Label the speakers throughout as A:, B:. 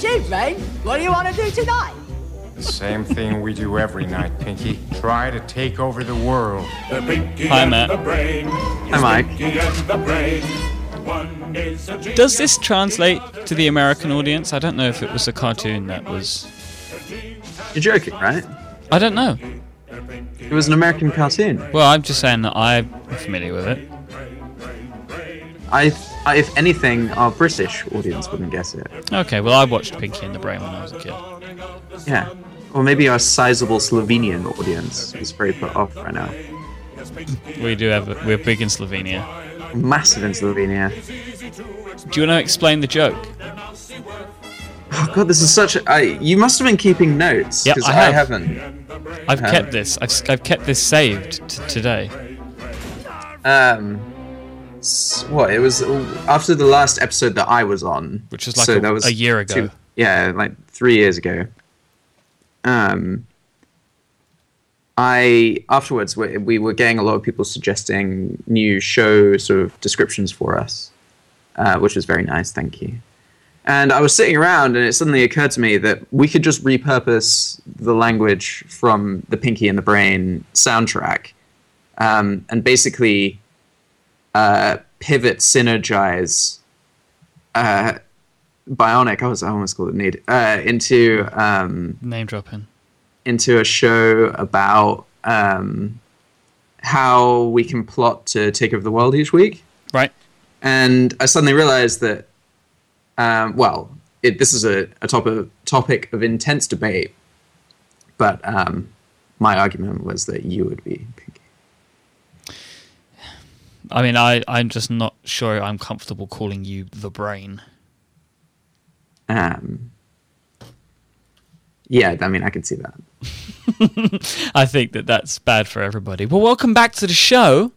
A: Children, what do you want to do tonight?
B: Same thing we do every night, Pinky. Try to take over the world.
C: The Pinky
D: Hi,
C: and
D: Matt.
C: the Brain.
E: Hi, Mike.
C: Pinky and the Brain. One is a genius.
D: Does this translate to the American audience? I don't know if it was a cartoon that was.
E: You're joking, right?
D: I don't know.
E: It was an American cartoon.
D: Well, I'm just saying that I'm familiar with it.
E: I, I, if anything, our British audience wouldn't guess it.
D: Okay, well, I watched Pinky and the Brain when I was a kid.
E: Yeah. Or maybe our sizable Slovenian audience is very put off right now.
D: We do have. We're big in Slovenia.
E: Massive in Slovenia.
D: Do you want to explain the joke?
E: Oh god, this is such. A, I you must have been keeping notes
D: Yeah,
E: because
D: I
E: I,
D: have.
E: haven't.
D: I've
E: Um,
D: kept this. I've, I've kept this saved t- today.
E: Um, s- what it was after the last episode that I was on,
D: Which was like a- a year ago.
E: yeah, like three years ago. Um, I afterwards we, we were getting a lot of people suggesting new show sort of descriptions for us, uh, which was very nice. Thank you. And I was sitting around, and it suddenly occurred to me that we could just repurpose the language from the Pinky and the Brain soundtrack, um, and basically uh, pivot, synergize uh, Bionic. I was I almost called it Need uh, into um,
D: Name dropping.
E: into a show about um, how we can plot to take over the world each week.
D: Right.
E: And I suddenly realized that, um, well, it, this is a, a topic, topic of intense debate, but um, my argument was that you would be Pinky.
D: I mean, I, I'm just not sure I'm comfortable calling you the brain.
E: Um, yeah, I mean, I can see that.
D: I think that that's bad for everybody. Well, welcome back to the show.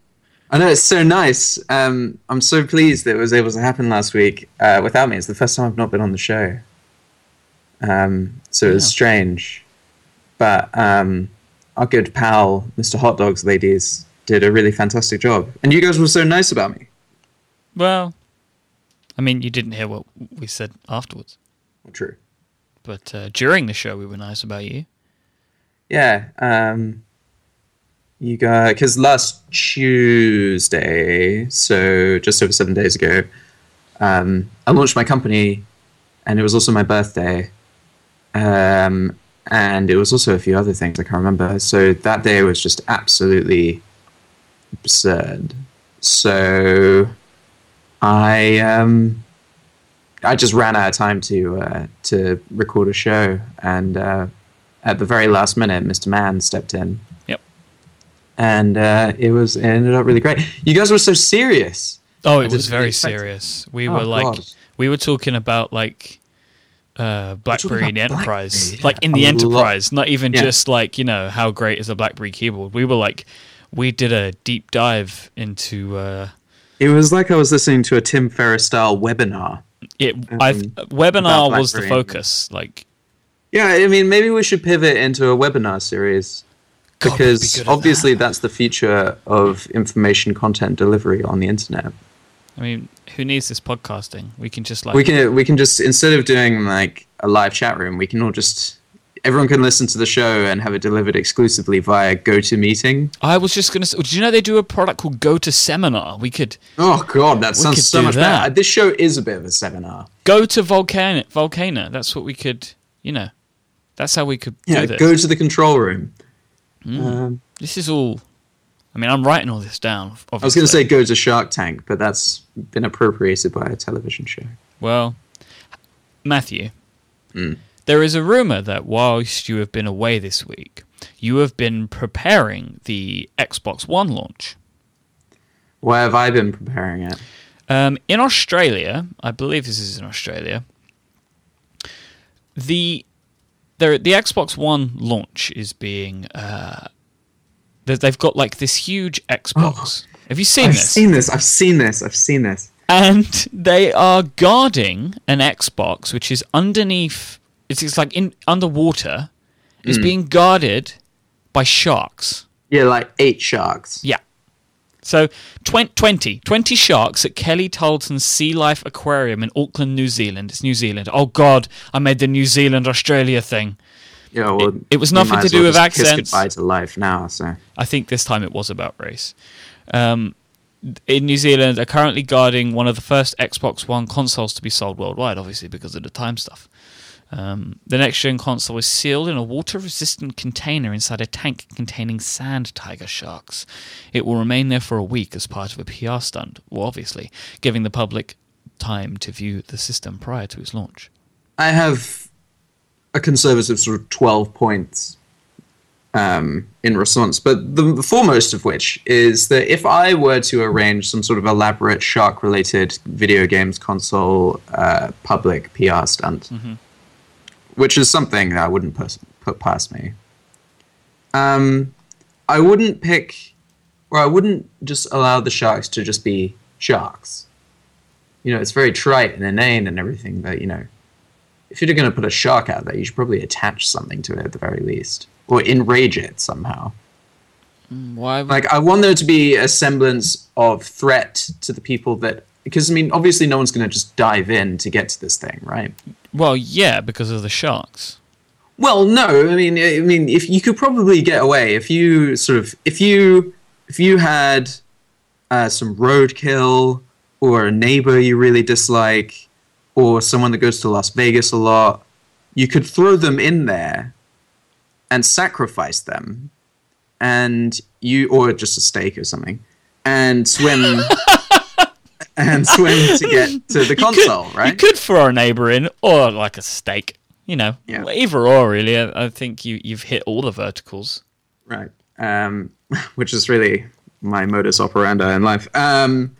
E: I know it's so nice. Um, I'm so pleased that it was able to happen last week uh, without me. It's the first time I've not been on the show, um, so it was strange. But um, our good pal, Mr. Hot Dogs Ladies, did a really fantastic job, and you guys were so nice about me.
D: Well, I mean, you didn't hear what we said afterwards,
E: Well, true.
D: but uh, during the show, we were nice about you.
E: Yeah. Um, you got because last Tuesday, so just over seven days ago, um, I launched my company, and it was also my birthday, um, and it was also a few other things I can't remember. So that day was just absolutely absurd. So I um, I just ran out of time to uh, to record a show and. Uh, at the very last minute, Mr. Mann stepped in,
D: Yep.
E: and uh, it was it ended up really great. You guys were so serious.
D: Oh,
E: I
D: it was
E: didn't
D: very
E: expect it.
D: serious. We
E: Oh,
D: were like,
E: God.
D: we were talking about like uh, BlackBerry and
E: about
D: Enterprise,
E: BlackBerry,
D: like in
E: yeah.
D: the
E: A lot.
D: Enterprise, not even
E: Yeah.
D: just like you know how great is a BlackBerry keyboard. We were like, we did a deep dive into. Uh,
E: It was like I was listening to a Tim Ferriss style webinar.
D: it I th- webinar
E: Mm-hmm. about
D: was the
E: BlackBerry and-
D: focus. Like,
E: Yeah, I mean, maybe we should pivot into a webinar series
D: God, we'd be
E: because
D: good at
E: obviously that's the future of information content delivery on the internet.
D: that. I mean, who needs this podcasting? We can just like
E: We can we can just instead of doing like a live chat room, we can all just everyone can listen to the show and have it delivered exclusively via GoToMeeting.
D: I was just gonna. s- Do you know they do a product called Go to Seminar? We could
E: Oh god, that
D: could
E: sounds so
D: do
E: much
D: that.
E: better. This show is a bit of a seminar.
D: go to Volcano. Volcano. That's what we could. You know, that's how we could
E: Yeah,
D: do this.
E: go to the control room. Um,
D: this is all. I mean, I'm writing all this down. Obviously.
E: I was going to say go to Shark Tank, but that's been appropriated by a television show.
D: Well, Matthew,
E: Mm.
D: there is a rumor that whilst you have been away this week, you have been preparing the Xbox One launch.
E: Why have I been preparing it?
D: Um, in Australia, I believe this is in Australia. The there the Xbox One launch is being uh, they- they've got like this huge Xbox. Have you seen
E: I've
D: this?
E: seen this. I've seen this. I've seen this.
D: and they are guarding an Xbox which is underneath. It's, it's like in underwater.
E: Hmm.
D: It's being guarded by sharks.
E: Yeah, like eight sharks.
D: Yeah. So twen- 20, 20 sharks at Kelly Tarleton's Sea Life Aquarium in Auckland, New Zealand. It's New Zealand. Oh God, I made the New Zealand Australia thing.
E: Yeah, well,
D: It- it was
E: we
D: nothing
E: might
D: to
E: as
D: do
E: well
D: with
E: just kiss
D: accents.
E: Goodbye to life now. So
D: I think this time it was about race. Um, in New Zealand, are currently guarding one of the first Xbox One consoles to be sold worldwide, obviously because of the time stuff. Um, the next gen console is sealed in a water resistant container inside a tank containing sand tiger sharks. It will remain there for a week as part of a PR stunt, well, obviously, giving the public time to view the system prior to its launch.
E: I have a conservative sort of 12 points um, in response, but the, the foremost of which is that if I were to arrange some sort of elaborate shark related video games console uh, public PR stunt, which is something that I wouldn't pers- put past me, um, I wouldn't pick, or I wouldn't just allow the sharks to just be sharks. You know, it's very trite and inane and everything, but you know, if you're going to put a shark out there, you should probably attach something to it at the very least, or enrage it somehow.
D: Why?
E: Like, I want there to be a semblance of threat to the people that, because I mean, obviously, no one's going to just dive in to get to this thing, right?
D: Well, yeah, because of the sharks.
E: Well, no, I mean, I I mean, if you could probably get away if you sort of if you if you had uh, some roadkill or a neighbor you really dislike or someone that goes to Las Vegas a lot, you could throw them in there and sacrifice them, and you or just a steak or something, and swim. And swim to get to the console, right?
D: You could throw a neighbour in, or like a steak. You know,
E: Yeah.
D: either or really. I, I think you you've hit all the verticals.
E: Right. Um, which is really my modus operandi in life. Um,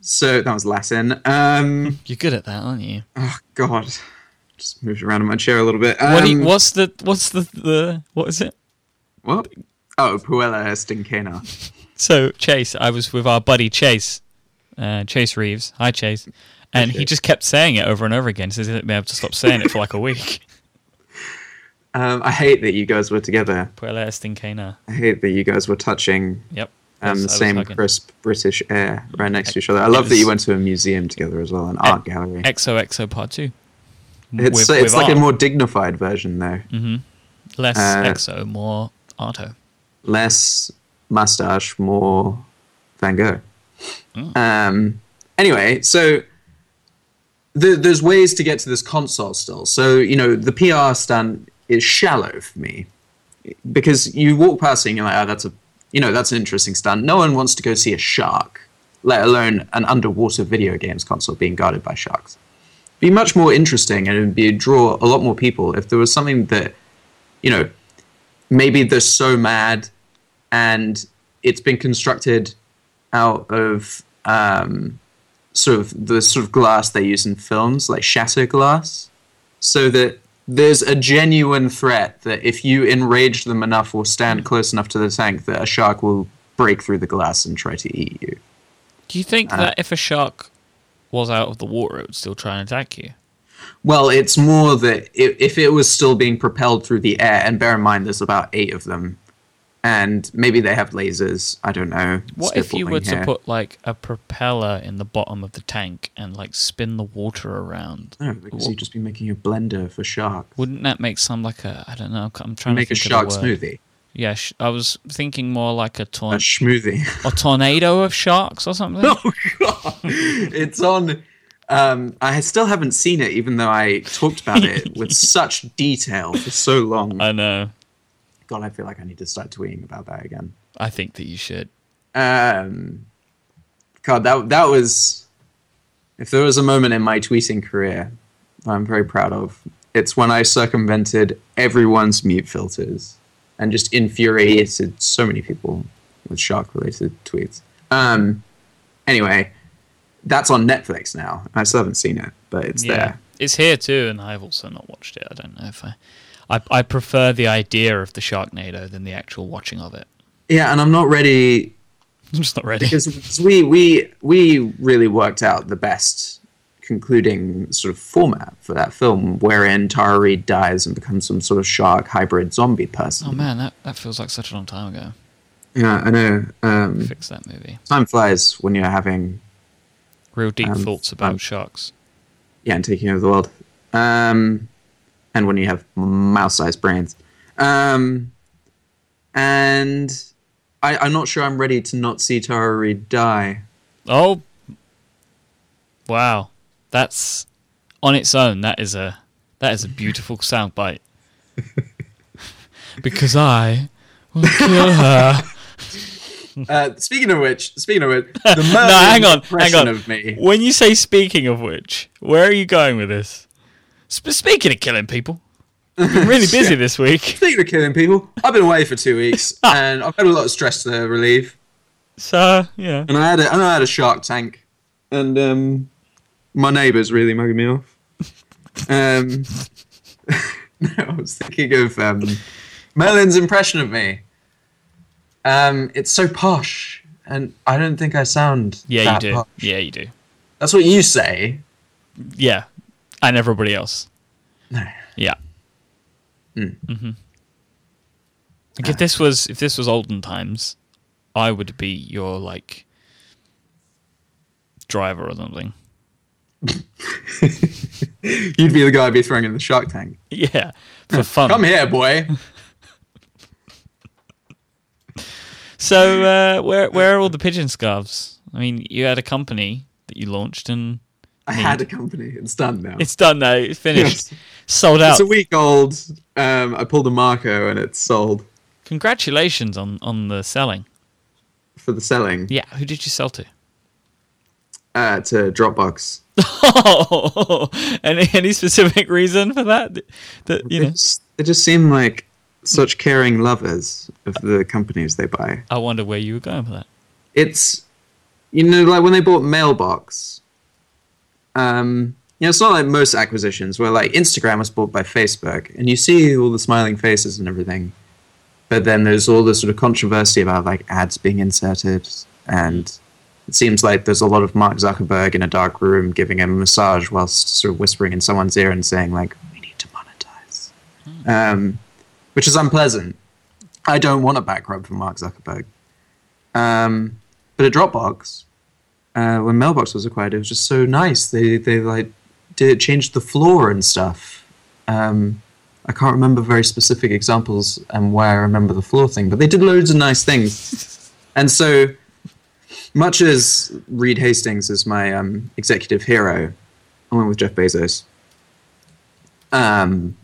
E: so that was Latin. Um,
D: You're good at that, aren't you?
E: oh God, just moved around in my chair a little bit. Um,
D: what do you, what's the what's the, the what is it?
E: what? Oh, Puella Stinkena.
D: So Chase, I was with our buddy Chase, uh, Chase Reeves. Hi Chase, and he just kept saying it over and over again. So he didn't be able to stop saying it for like a week.
E: Um, I hate that you guys were together.
D: Puella Stinkena.
E: I hate that you guys were touching
D: Yep. Yes, I
E: um, the
D: was
E: same
D: hugging.
E: crisp British air right next to each other. I love that
D: was-
E: you went to a museum together as well, an art gallery.
D: XOXO Part Two.
E: It's
D: with-
E: it's
D: with
E: like
D: art.
E: a more dignified version though,
D: Less
E: uh,
D: XO, more Arto.
E: less mustache, more Van Gogh. Um, anyway, so the, there's ways to get to this console still. So you know the PR stunt is shallow for me because you walk past it and you're like, oh, that's a you know that's an interesting stunt. No one wants to go see a shark, let alone an underwater video games console being guarded by sharks. Be much more interesting and it'd be draw a lot more people if there was something that you know maybe they're so mad and it's been constructed out of um, sort of the sort of glass they use in films, like shatter glass, so that there's a genuine threat that if you enrage them enough or stand close enough to the tank, that a shark will break through the glass and try to eat you.
D: Do you think
E: Uh-huh.
D: that if a shark was out of the water, it would still try and attack you?
E: Well, it's more that if, if it was still being propelled through the air, and bear in mind there's about eight of them, and maybe they have lasers. I don't know.
D: What if you
E: spitballing
D: were
E: here.
D: to put like a propeller in the bottom of the tank and like spin the water around?
E: No, because
D: Wha-
E: you'd just be making a blender for shark.
D: Wouldn't that make some like a I don't know? I'm trying
E: Make
D: to
E: a
D: think
E: shark
D: of the word.
E: smoothie.
D: Yeah, sh- I was thinking more like a
E: A
D: torn
E: smoothie.
D: a tornado of sharks or something.
E: oh god. It's on um, I still haven't seen it even though I talked about it with such detail for so long.
D: I know.
E: god, I feel like I need to start tweeting about that again.
D: I think that you should.
E: Um, god, that that was if there was a moment in my tweeting career that I'm very proud of, it's when I circumvented everyone's mute filters and just infuriated so many people with shark related tweets. Um, anyway, that's on Netflix now. I still haven't seen it, but it's there.
D: It's here too, and I've also not watched it. I don't know if I. I, I prefer the idea of the Sharknado than the actual watching of it.
E: Yeah, and I'm not ready
D: I'm just not ready.
E: because we we we really worked out the best concluding sort of format for that film, wherein Tara Reid dies and becomes some sort of shark hybrid zombie person.
D: Oh man, that, that feels like such a long time ago.
E: Yeah, I know. Um,
D: Fix that movie.
E: time flies when you're having
D: Real deep
E: Um,
D: thoughts about
E: um,
D: sharks.
E: yeah and taking over the world, um, and when you have mouse-sized brains. Um, and I, I'm not sure I'm ready to not see Tara Reid die.
D: Oh, wow! That's on its own. That is a that is a beautiful soundbite. because I will kill her.
E: Uh, speaking of which, speaking of which, the murdering
D: no, hang on, hang
E: impression
D: on.
E: of me.
D: When you say speaking of which, where are you going with this? Sp- speaking of killing people, I've been really busy this week.
E: Speaking of killing people, I've been away for two weeks
D: Ah.
E: and I've had a lot of stress to relieve.
D: So yeah,
E: And I had a, and I had a Shark Tank, and um, my neighbour's really mugging me off. Um, no, I was thinking of um, Merlin's impression of me. Um, it's so posh, and I don't think I sound
D: yeah, you
E: that
D: do.
E: posh.
D: Yeah, you do.
E: That's what you say.
D: Yeah, and everybody else.
E: No.
D: Yeah. hmm Like
E: Ah.
D: if this was if this was olden times, I would be your like driver or something.
E: You'd be the guy I'd be throwing in the Shark Tank.
D: Yeah, for fun.
E: Hmm. Come here, boy.
D: So uh, where where are all the pigeon scarves? I mean, you had a company that you launched and
E: I had a company. It's done now.
D: it's done now. It's finished.
E: Yes.
D: Sold out.
E: It's a week old. Um, I pulled a Marco and it's sold
D: Congratulations on on the selling.
E: for the selling
D: Yeah, who did you sell to?
E: uh, to Dropbox.
D: Oh, any any specific reason for that? That you
E: They,
D: know,
E: just, they just seem like such caring lovers of the companies they buy.
D: I wonder where you were going with that.
E: It's, you know, like when they bought Mailbox. Um, you know, it's not like most acquisitions where like Instagram was bought by Facebook, and you see all the smiling faces and everything, but then there's all this sort of controversy about like ads being inserted, and it seems like there's a lot of Mark Zuckerberg in a dark room giving him a massage whilst sort of whispering in someone's ear and saying like, "We need to monetize." um, which is unpleasant. I don't want a back rub from Mark Zuckerberg. Um, but at Dropbox, uh, when Mailbox was acquired, it was just so nice. They they like did changed the floor and stuff. Um, I can't remember very specific examples and where I remember the floor thing, but they did loads of nice things. and so, much as Reed Hastings is my um, executive hero, I went with Jeff Bezos. Um,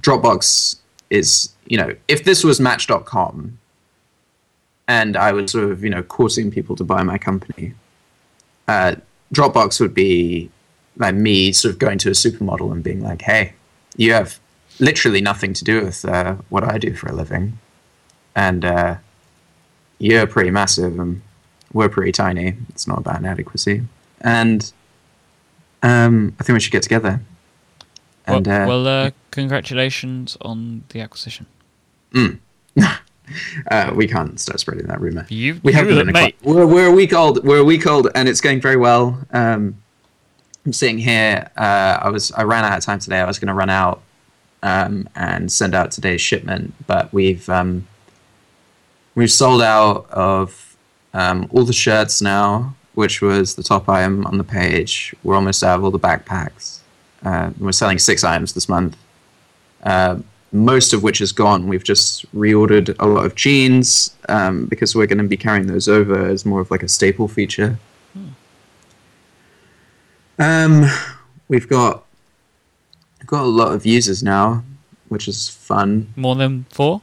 E: Dropbox is, you know, if this was Match.com and I was sort of, you know, courting people to buy my company, uh, Dropbox would be like me sort of going to a supermodel and being like, hey, you have literally nothing to do with uh, what I do for a living. And uh, you're pretty massive and we're pretty tiny. It's not about inadequacy. And um, I think we should get together.
D: Well,
E: And, uh,
D: well, uh, congratulations on the acquisition.
E: Uh, we can't start spreading that rumor.
D: You-
E: we
D: you
E: have
D: were
E: been
D: the
E: acquired.
D: mate.
E: We're, we're a week old. We're a week old, and it's going very well. Um, I'm sitting here. Uh, I was. I ran out of time today. I was going to run out um, and send out today's shipment, but we've um, we've sold out of um, all the shirts now, which was the top item on the page. We're almost out of all the backpacks. Uh, we're selling six items this month Uh, most of which is gone. We've just reordered a lot of jeans um, because we're going to be carrying those over as more of like a staple feature. Um, we've got we've got a lot of users now, which is fun.
D: More than four?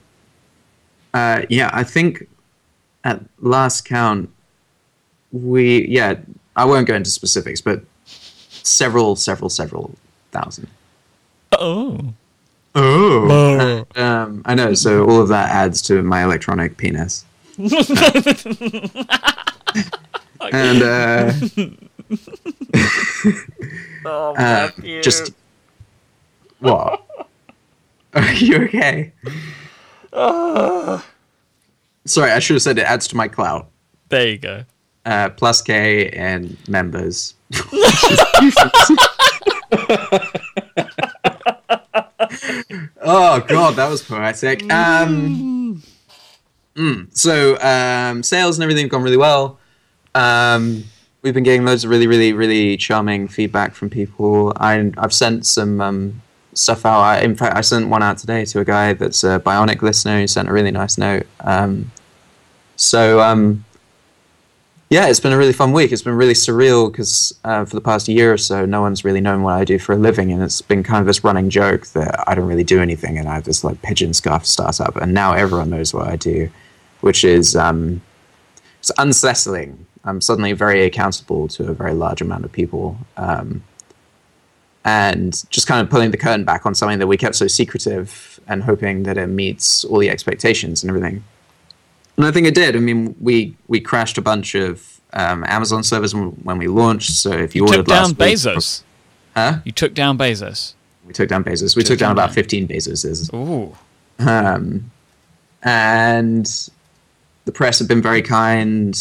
E: Uh, yeah, I think at last count, we yeah, I won't go into specifics, but several, several, several thousand.
D: Oh,
E: Oh. Um, I know. So all of that adds to my electronic penis. and uh, um, just what? Are you okay? Sorry, I should have said it adds to my clout.
D: there you go.
E: Uh, plus K and members. oh god, that was poetic. Um, so um, sales and everything have gone really well. Um, we've been getting loads of really, really, really charming feedback from people. I, I've sent some um, stuff out. I, in fact, I sent one out today to a guy that's a bionic listener. He sent a really nice note. Um, so um, yeah, it's been a really fun week. It's been really surreal because uh, for the past year or so, no one's really known what I do for a living, and it's been kind of this running joke that I don't really do anything, and I have this like pigeon scarf startup, and now everyone knows what I do, which is um, it's unsettling. I'm suddenly very accountable to a very large amount of people, um, and just kind of pulling the curtain back on something that we kept so secretive, and hoping that it meets all the expectations and everything. And I think it did. I mean, we we crashed a bunch of um, Amazon servers when when we launched. So if you,
D: Took
E: ordered
D: down
E: last week-
D: Bezos.
E: Huh?
D: You took down Bezos.
E: we took down Bezos. We took, down
D: down
E: about
D: Bezos.
E: fifteen Bezoses,
D: Ooh.
E: and the press have been very kind.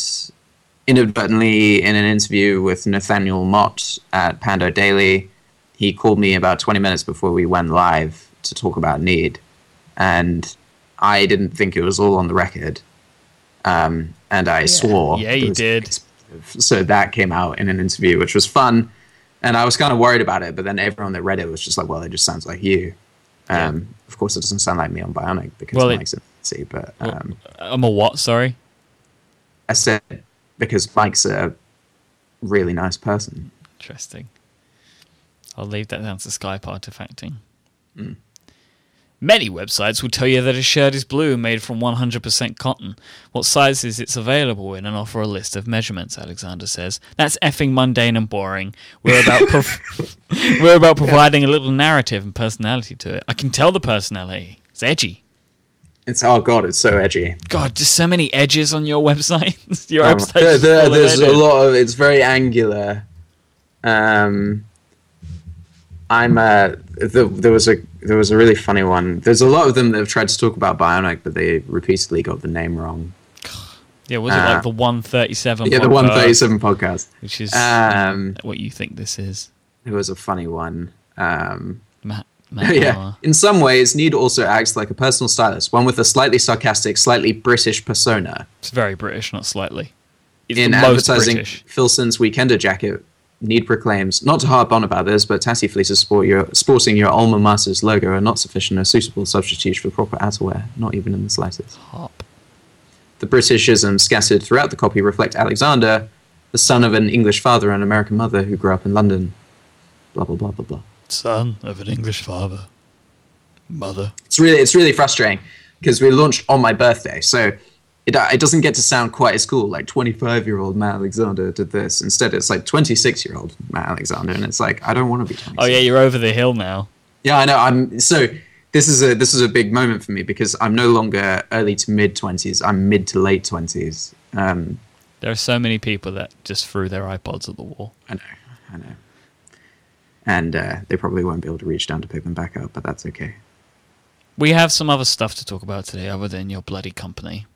E: Inadvertently, in an interview with Nathaniel Mott at Pando Daily, he called me about twenty minutes before we went live to talk about Need, and I didn't think it was all on the record, um, and I swore.
D: Yeah,
E: that
D: you
E: it was
D: did.
E: So that came out in an interview, which was fun. And I was kind of worried about it, but then everyone that read it was just like, well, it just sounds like you. Um, Of course, it doesn't sound like me on Bionic because
D: Well,
E: my
D: it-
E: Mike's in fancy, but um,
D: I'm a what? Sorry.
E: I said because Mike's a really nice person.
D: Interesting. I'll leave that down to Skype artifacting.
E: Hmm.
D: Many websites will tell you that a shirt is blue made from 100% cotton. What sizes it's available in and offer a list of measurements, Alexander says. That's effing mundane and boring. We're about prov- we're about providing a little narrative and personality to it. I can tell the personality. It's edgy.
E: It's oh god, it's so edgy.
D: God, just so many edges on your website. your
E: Um,
D: website.
E: there-
D: is
E: there-
D: full of
E: there's a
D: edges.
E: lot of it's very angular. Um, I'm uh, the, there was a there was a really funny one. There's a lot of them that have tried to talk about Bionic, but they repeatedly got the name wrong.
D: Yeah, was it
E: uh,
D: like the 137?
E: Yeah, the
D: one uh,
E: one thirty seven podcast.
D: Which is
E: Um,
D: what you think this is.
E: It was a funny one. Um,
D: Matt, Matt
E: yeah.
D: Lauer.
E: In some ways, Need also acts like a personal stylist, one with a slightly sarcastic, slightly British persona.
D: It's very British, not slightly. It's
E: In
D: the most
E: advertising
D: British.
E: Philson's Weekender jacket, Need proclaims, not to harp on about this, but taxi fleeces sport your, sporting your alma mater's logo are not sufficient a suitable substitute for proper outerwear, not even in the slightest.
D: Hop.
E: The Britishisms scattered throughout the copy reflect Alexander, the son of an English father and American mother who grew up in London. Blah, blah, blah, blah, blah.
D: Son of an English father. Mother.
E: it's really it's really frustrating because we launched on my birthday so it, uh, it doesn't get to sound quite as cool like 25 year old matt alexander did this instead it's like 26 year old matt alexander and it's like i don't want to be 26.
D: Oh yeah, you're over the hill now.
E: yeah i know i'm so this is a this is a big moment for me because i'm no longer early to mid 20s i'm mid to late 20s um
D: There are so many people that just threw their iPods at the wall.
E: i know i know and uh, they probably won't be able to reach down to pick them back up but that's okay
D: We have some other stuff to talk about today other than your bloody company.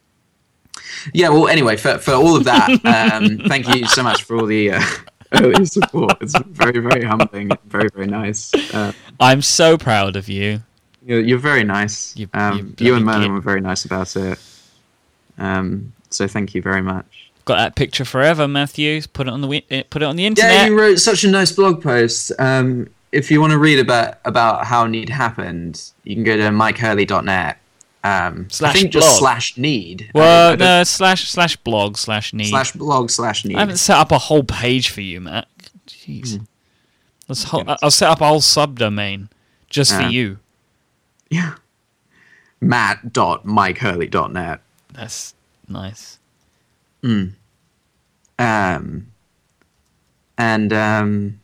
E: yeah well anyway for, for all of that um, thank you so much for all the uh, early support it's very very humbling and very very nice uh,
D: I'm so proud of you.
E: you're, you're very nice
D: You-
E: um,
D: you
E: you and
D: bloody
E: merlin
D: git.
E: were very nice about it um, so thank you very much
D: Got that picture forever, Matthews. Put it on the wi- eh, put it on the internet.
E: yeah you wrote such a nice blog post um, if you want to read about about how need happened you can go to mikehurley.net um,
D: Slash
E: I think just
D: blog.
E: slash need I
D: well,
E: don't- I don't-
D: no, uh, slash slash blog slash need.
E: slash blog slash need
D: I haven't set up a whole page for you, Matt. Jeez.
E: Hmm.
D: Let's ho- I- I'll set up a whole subdomain just for
E: Yeah.
D: you.
E: yeah matt.mikehurley.net
D: That's nice.
E: um, and um,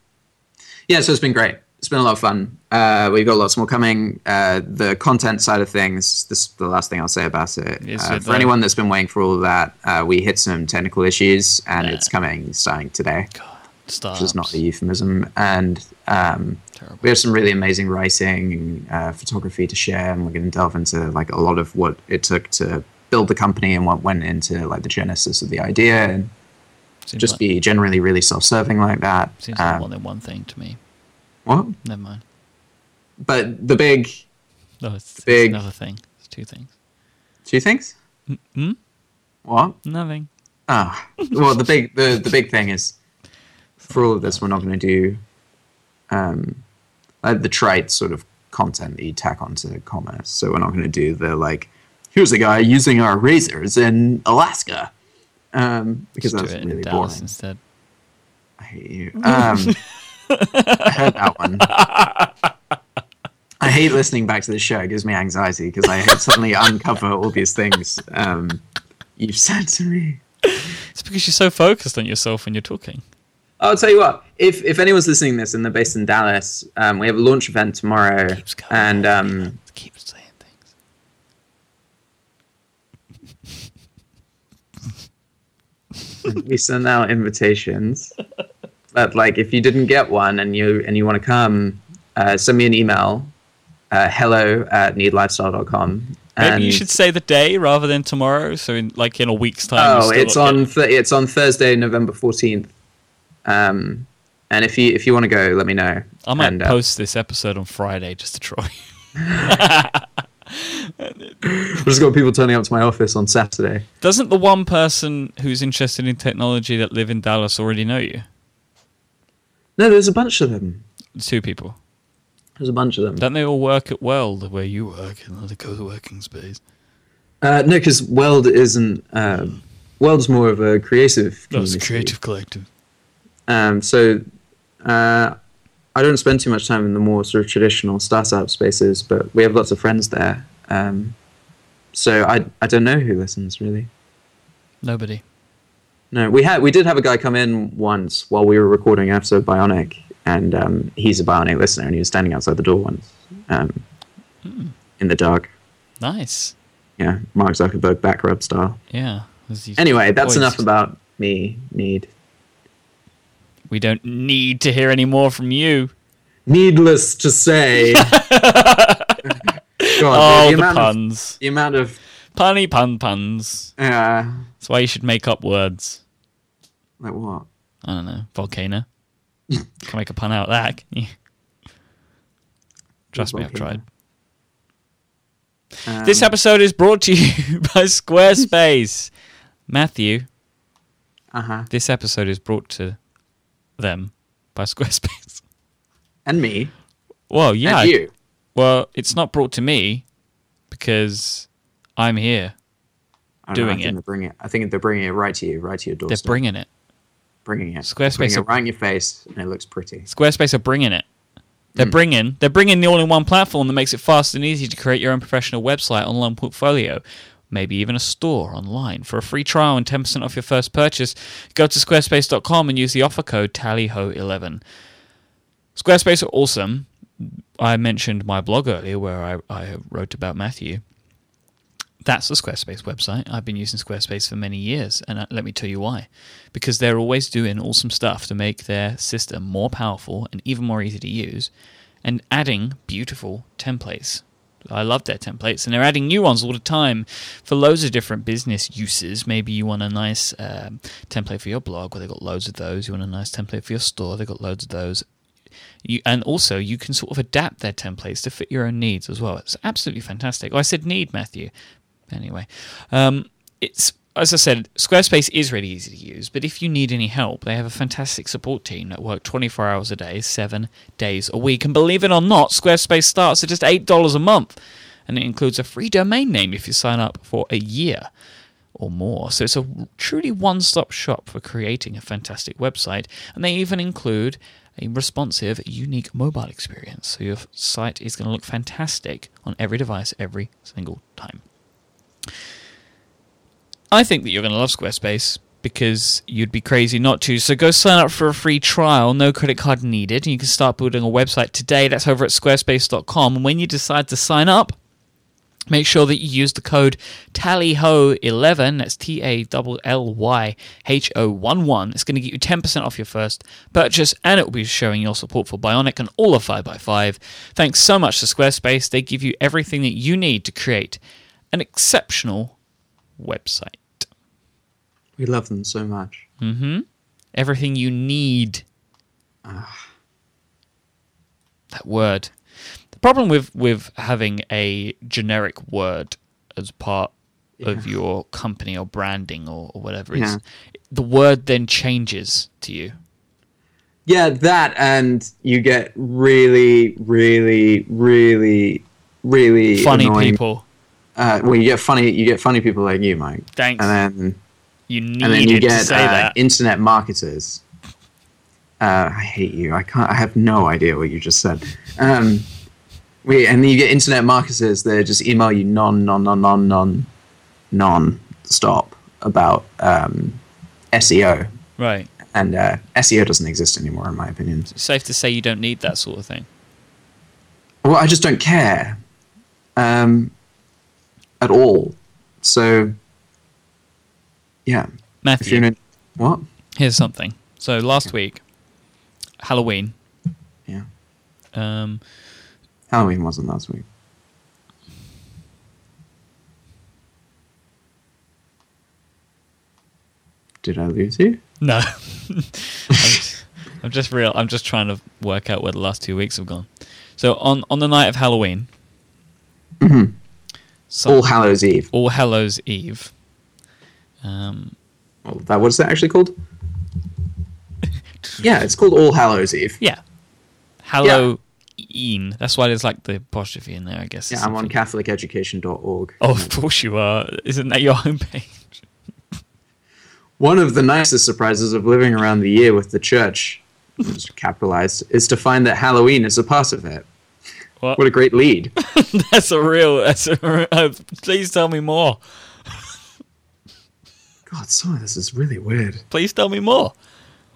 E: yeah, so it's been great. It's been a lot of fun. Uh, we've got lots more coming. Uh, the content side of things, this is the last thing I'll say about it.
D: Yes,
E: Uh,
D: it
E: for
D: does.
E: anyone that's been waiting for all of that, uh, we hit some technical issues and it's coming starting today,
D: Stars.
E: which is not a euphemism. And um,
D: Terrible.
E: we have some really amazing writing and uh, photography to share, and we're going to delve into like a lot of what it took to build the company and what went into like the genesis of the idea and
D: Seems
E: just
D: like,
E: be generally really self-serving like that.
D: seems like
E: Um,
D: more than one thing to me.
E: what?
D: Never mind.
E: But the big
D: No, it's, it's
E: Big-
D: another thing. It's two things.
E: two things.
D: Mm,
E: What?
D: Nothing.
E: Ah, well, the big the, the big thing is for all of this, we're not going to do um, like the trite sort of content that you tack onto commerce. So we're not going to do the like, here's a guy using our razors in Alaska, um, because
D: Just do
E: that's
D: it in
E: really
D: Dallas
E: boring.
D: instead.
E: I hate you. Um, I heard that one. I hate listening back to this show. It gives me anxiety because I suddenly uncover all these things um, you've said to me.
D: It's because you're so focused on yourself when you're talking.
E: I'll tell you what. If if anyone's listening to this and they're based in Dallas, um, we have a launch event tomorrow,
D: Keeps going.
E: and um,
D: Keep saying things.
E: we send out invitations. But like, if you didn't get one and you and you want to come, uh, send me an email, uh, hello at needlifestyle.com.
D: Maybe
E: and,
D: you should say the day rather than tomorrow. So, in like in a week's time.
E: Oh,
D: you've still
E: it's
D: got-
E: on th- it's on Thursday, November fourteenth. Um, and if you if you want to go, let me know.
D: I might
E: and, uh,
D: post this episode on Friday just to try.
E: I've just got people turning up to my office on Saturday.
D: Doesn't the one person who's interested in technology that live in Dallas already know you?
E: No, there's a bunch of them.
D: Two people.
E: There's a bunch of them.
D: Don't they all work at World where you work in the co-working space?
E: Uh, no, because Weld isn't. Um, Weld's more of a creative.
D: That's
E: community.
D: creative collective.
E: Um, so uh, I don't spend too much time in the more sort of traditional startup spaces, but we have lots of friends there. Um, so I I don't know who listens really.
D: Nobody.
E: No, we had we did have a guy come in once while we were recording an episode of Bionic, and um, he's a Bionic listener, and he was standing outside the door once, um, in the dark.
D: Nice.
E: Yeah, Mark Zuckerberg back rub style.
D: Yeah. As you-
E: Anyway, that's
D: Voiced.
E: enough about me. Need.
D: We don't need to hear any more from you.
E: needless to say. God,
D: Oh, the,
E: amount of
D: puns.
E: the amount of
D: Punny pun puns.
E: uh,
D: That's why you should make up words.
E: like what?
D: I don't know. Volcano. Can make a pun out of that. can you? Trust me, I've tried.
E: Volcano. Um,
D: This episode is brought to you by Squarespace. Matthew,
E: uh-huh.
D: this episode is brought to them by Squarespace.
E: and me
D: Well, yeah.
E: and you.
D: Well, it's not brought to me because I'm here.
E: I don't
D: doing
E: I think
D: it.
E: They're bringing it. I think they're bringing it right to you, right to your
D: They're
E: doorstep.
D: bringing it.
E: bringing it.
D: Squarespace
E: Bringing
D: are-
E: it right in your face, and it looks pretty.
D: Squarespace are bringing it. They're bringing they're bringing the all-in-one platform that makes it fast and easy to create your own professional website, online portfolio, maybe even a store online. For a free trial and 10% off your first purchase, go to squarespace.com and use the offer code tallyho11. Squarespace are awesome. I mentioned my blog earlier where I, I wrote about Matthew. That's the Squarespace website. I've been using Squarespace for many years, and uh, let me tell you why. Because they're always doing awesome stuff to make their system more powerful and even more easy to use, and adding beautiful templates. I love their templates, and they're adding new ones all the time for loads of different business uses. Maybe you want a nice um, template for your blog, well, they've got loads of those. You want a nice template for your store, they've got loads of those you, and also you can sort of adapt their templates to fit your own needs as well. It's absolutely fantastic. Oh, I said need, Matthew. Anyway, um, it's as I said, Squarespace is really easy to use. But if you need any help, they have a fantastic support team that work 24 hours a day, seven days a week. And believe it or not, Squarespace starts at just eight dollars a month, and it includes a free domain name if you sign up for a year or more. So it's a truly one stop shop for creating a fantastic website, and they even include a responsive, unique mobile experience. So your site is going to look fantastic on every device every single time. I think that you're going to love Squarespace because you'd be crazy not to. So go sign up for a free trial, no credit card needed, and you can start building a website today. That's over at squarespace.com. And when you decide to sign up, make sure that you use the code tallyho11 that's t-a-l-l-y-h-o-1-1 it's going to get you 10% off your first purchase and it will be showing your support for bionic and all of 5x5 thanks so much to squarespace they give you everything that you need to create an exceptional website
E: We love them so much.
D: everything you need. That word. The problem with with having a generic word as part of your company or branding or, or whatever
E: Yeah.
D: it's the word then changes to you.
E: Yeah, that, and you get really, really, really, really
D: Funny
E: annoying-
D: people.
E: Uh, well, you get funny. You get funny people like you, Mike.
D: Thanks.
E: And then,
D: You needed
E: and then you
D: to
E: get
D: say
E: uh,
D: that.
E: internet marketers. Uh, I hate you. I can't. I have no idea what you just said. Um, wait, and then you get internet marketers. They just email you non, non, non, non, non, non stop about um, SEO,
D: right.
E: and uh, SEO doesn't exist anymore, in my opinion.
D: It's safe to say you don't need that sort of thing.
E: Well, I just don't care um, at all. So, yeah. If
D: Matthew,
E: you're in, what?
D: here's something. So last week, Halloween,
E: Yeah.
D: um,
E: Halloween wasn't last week. Did I lose you?
D: No. I'm, just, I'm just real. I'm just trying to work out where the last two weeks have gone. So on on the night of Halloween, so-
E: Mm-hmm. All Hallows Eve.
D: All Hallows Eve. Um,
E: Well, that what is that actually called? yeah, it's called All Hallows Eve.
D: yeah, Halloween. That's why there's like the apostrophe in there, I guess. or
E: Yeah, I'm on
D: something.
E: CatholicEducation.org.
D: Oh, of course you are. Isn't that your homepage?
E: One of the nicest surprises of living around the year with the church, it's capitalized, is to find that Halloween is a part of it.
D: What?
E: What a great lead.
D: That's a real. That's a. Real, uh, please tell me more.
E: God, some of this is really weird.
D: Please tell me more.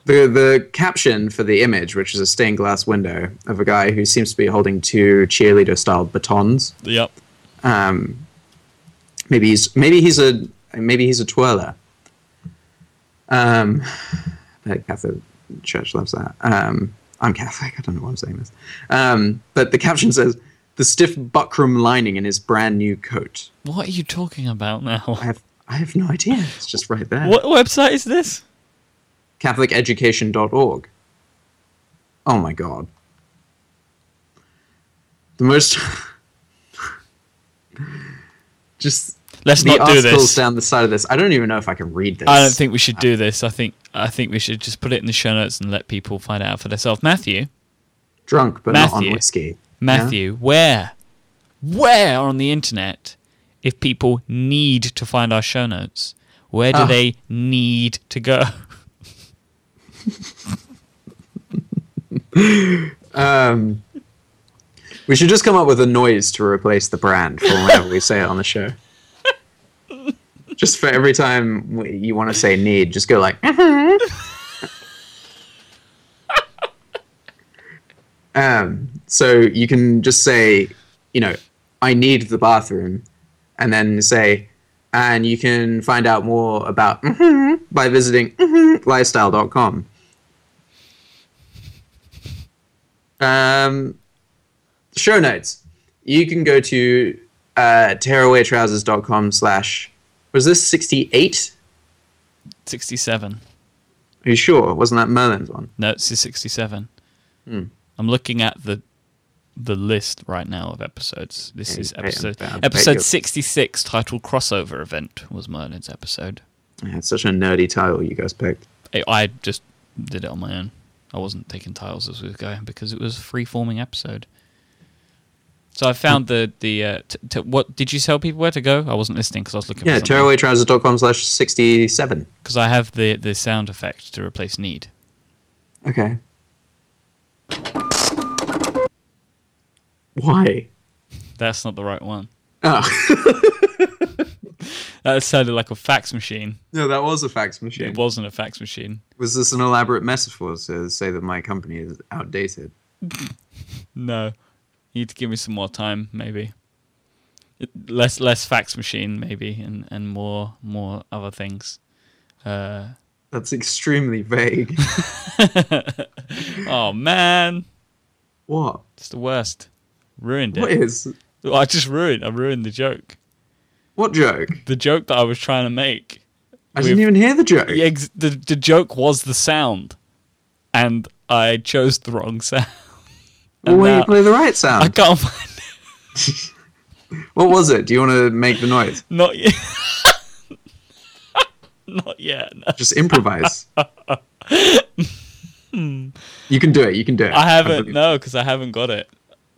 E: The, the caption for the image, which is a stained glass window of a guy who seems to be holding two cheerleader style batons.
D: Yep.
E: Um, maybe he's maybe he's a maybe he's a twirler. Um, the Catholic Church loves that. Um, I'm Catholic. I don't know why I'm saying this. Um, but the caption says the stiff buckram lining in his brand new coat.
D: What are you talking about
E: I
D: now?
E: have I have no idea. It's just right there.
D: What website is this?
E: CatholicEducation.org. Oh my god. The most. just
D: Let's
E: the
D: not do
E: articles
D: this.
E: down the side of this. I don't even know if I can read this.
D: I don't think we should do this. I think I think we should just put it in the show notes and let people find out for themselves. Matthew,
E: drunk, but not
D: Matthew.
E: on whiskey.
D: Matthew, where, where on the internet, if people need to find our show notes, where do
E: Ah.
D: they need to go?
E: We should just come up with a noise to replace the brand for whenever we say it on the show. Just for every time w- you want to say need, just go like. uh-huh. um, so you can just say, you know, I need the bathroom, and then say, and you can find out more about mm-hmm, by visiting mm-hmm, lifestyle.com. Um, show notes. You can go to uh, tearawaytrousers.com slash, was this 68?
D: Sixty-seven.
E: Are you sure? Wasn't that Merlin's one?
D: No, it's the sixty-seven.
E: Hmm.
D: I'm looking at the the list right now of episodes. This
E: Yeah,
D: is
E: you pay 'em
D: episode
E: down, pay
D: episode
E: your-
D: sixty-six, titled "Crossover Event," was Merlin's episode.
E: Yeah, it's such a nerdy title you guys picked.
D: I- I just did it on my own. I wasn't taking titles as we were going because it was a free forming episode. So I found the the uh, t- t- what did you tell people where to go? I wasn't listening because I was looking.
E: Yeah,
D: for something.
E: tearawaytrousers.com slash 67.
D: Because I have the the sound effect to replace need.
E: Okay. Why?
D: That's not the right one.
E: Oh,
D: That sounded like a fax machine.
E: no, that was a fax machine.
D: It wasn't a fax machine.
E: Was this an elaborate metaphor to say that my company is outdated?
D: No, you need to give me some more time, maybe. It- Less less fax machine, maybe, and and more more other things. Uh,
E: That's extremely vague.
D: oh man.
E: what?
D: It's the worst. Ruined it.
E: What is?
D: Well, I just ruined. I ruined the joke.
E: What joke?
D: The joke that I was trying to make.
E: I didn't
D: We've-
E: even hear the joke.
D: The, ex- the the joke was the sound, and I chose the wrong sound.
E: Well,
D: And
E: why do
D: now-
E: you play the right
D: I
E: sound?
D: can't find
E: What was it? Do you want to make the noise?
D: not yet. Not yet. no.
E: Just improvise. you can do it. You can do it.
D: I haven't.
E: believe-
D: No, because I haven't got it.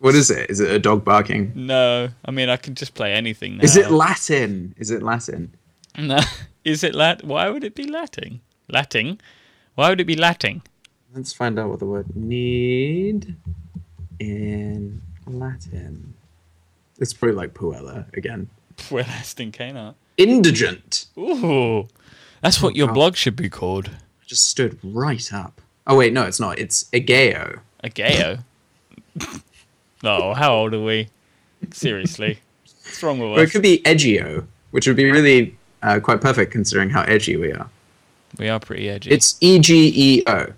E: What is it? Is it a dog barking?
D: No, I mean I can just play anything now.
E: Is it Latin? Is it Latin?
D: No. Is it lat? Why would it be Latin? Latin? Why would it be Latin?
E: Let's find out what the word need in Latin. It's probably like puella again.
D: Well, Aston Canart.
E: Indigent.
D: Ooh, that's what your
E: Oh, God.
D: blog should be called.
E: Just stood right up. Oh wait, no, it's not. It's ageo.
D: A gayo. oh, how old are we? Seriously, what's wrong with
E: Or it
D: us?
E: could be edgio, which would be really uh, quite perfect considering how edgy we are.
D: We are pretty edgy.
E: It's E G E O.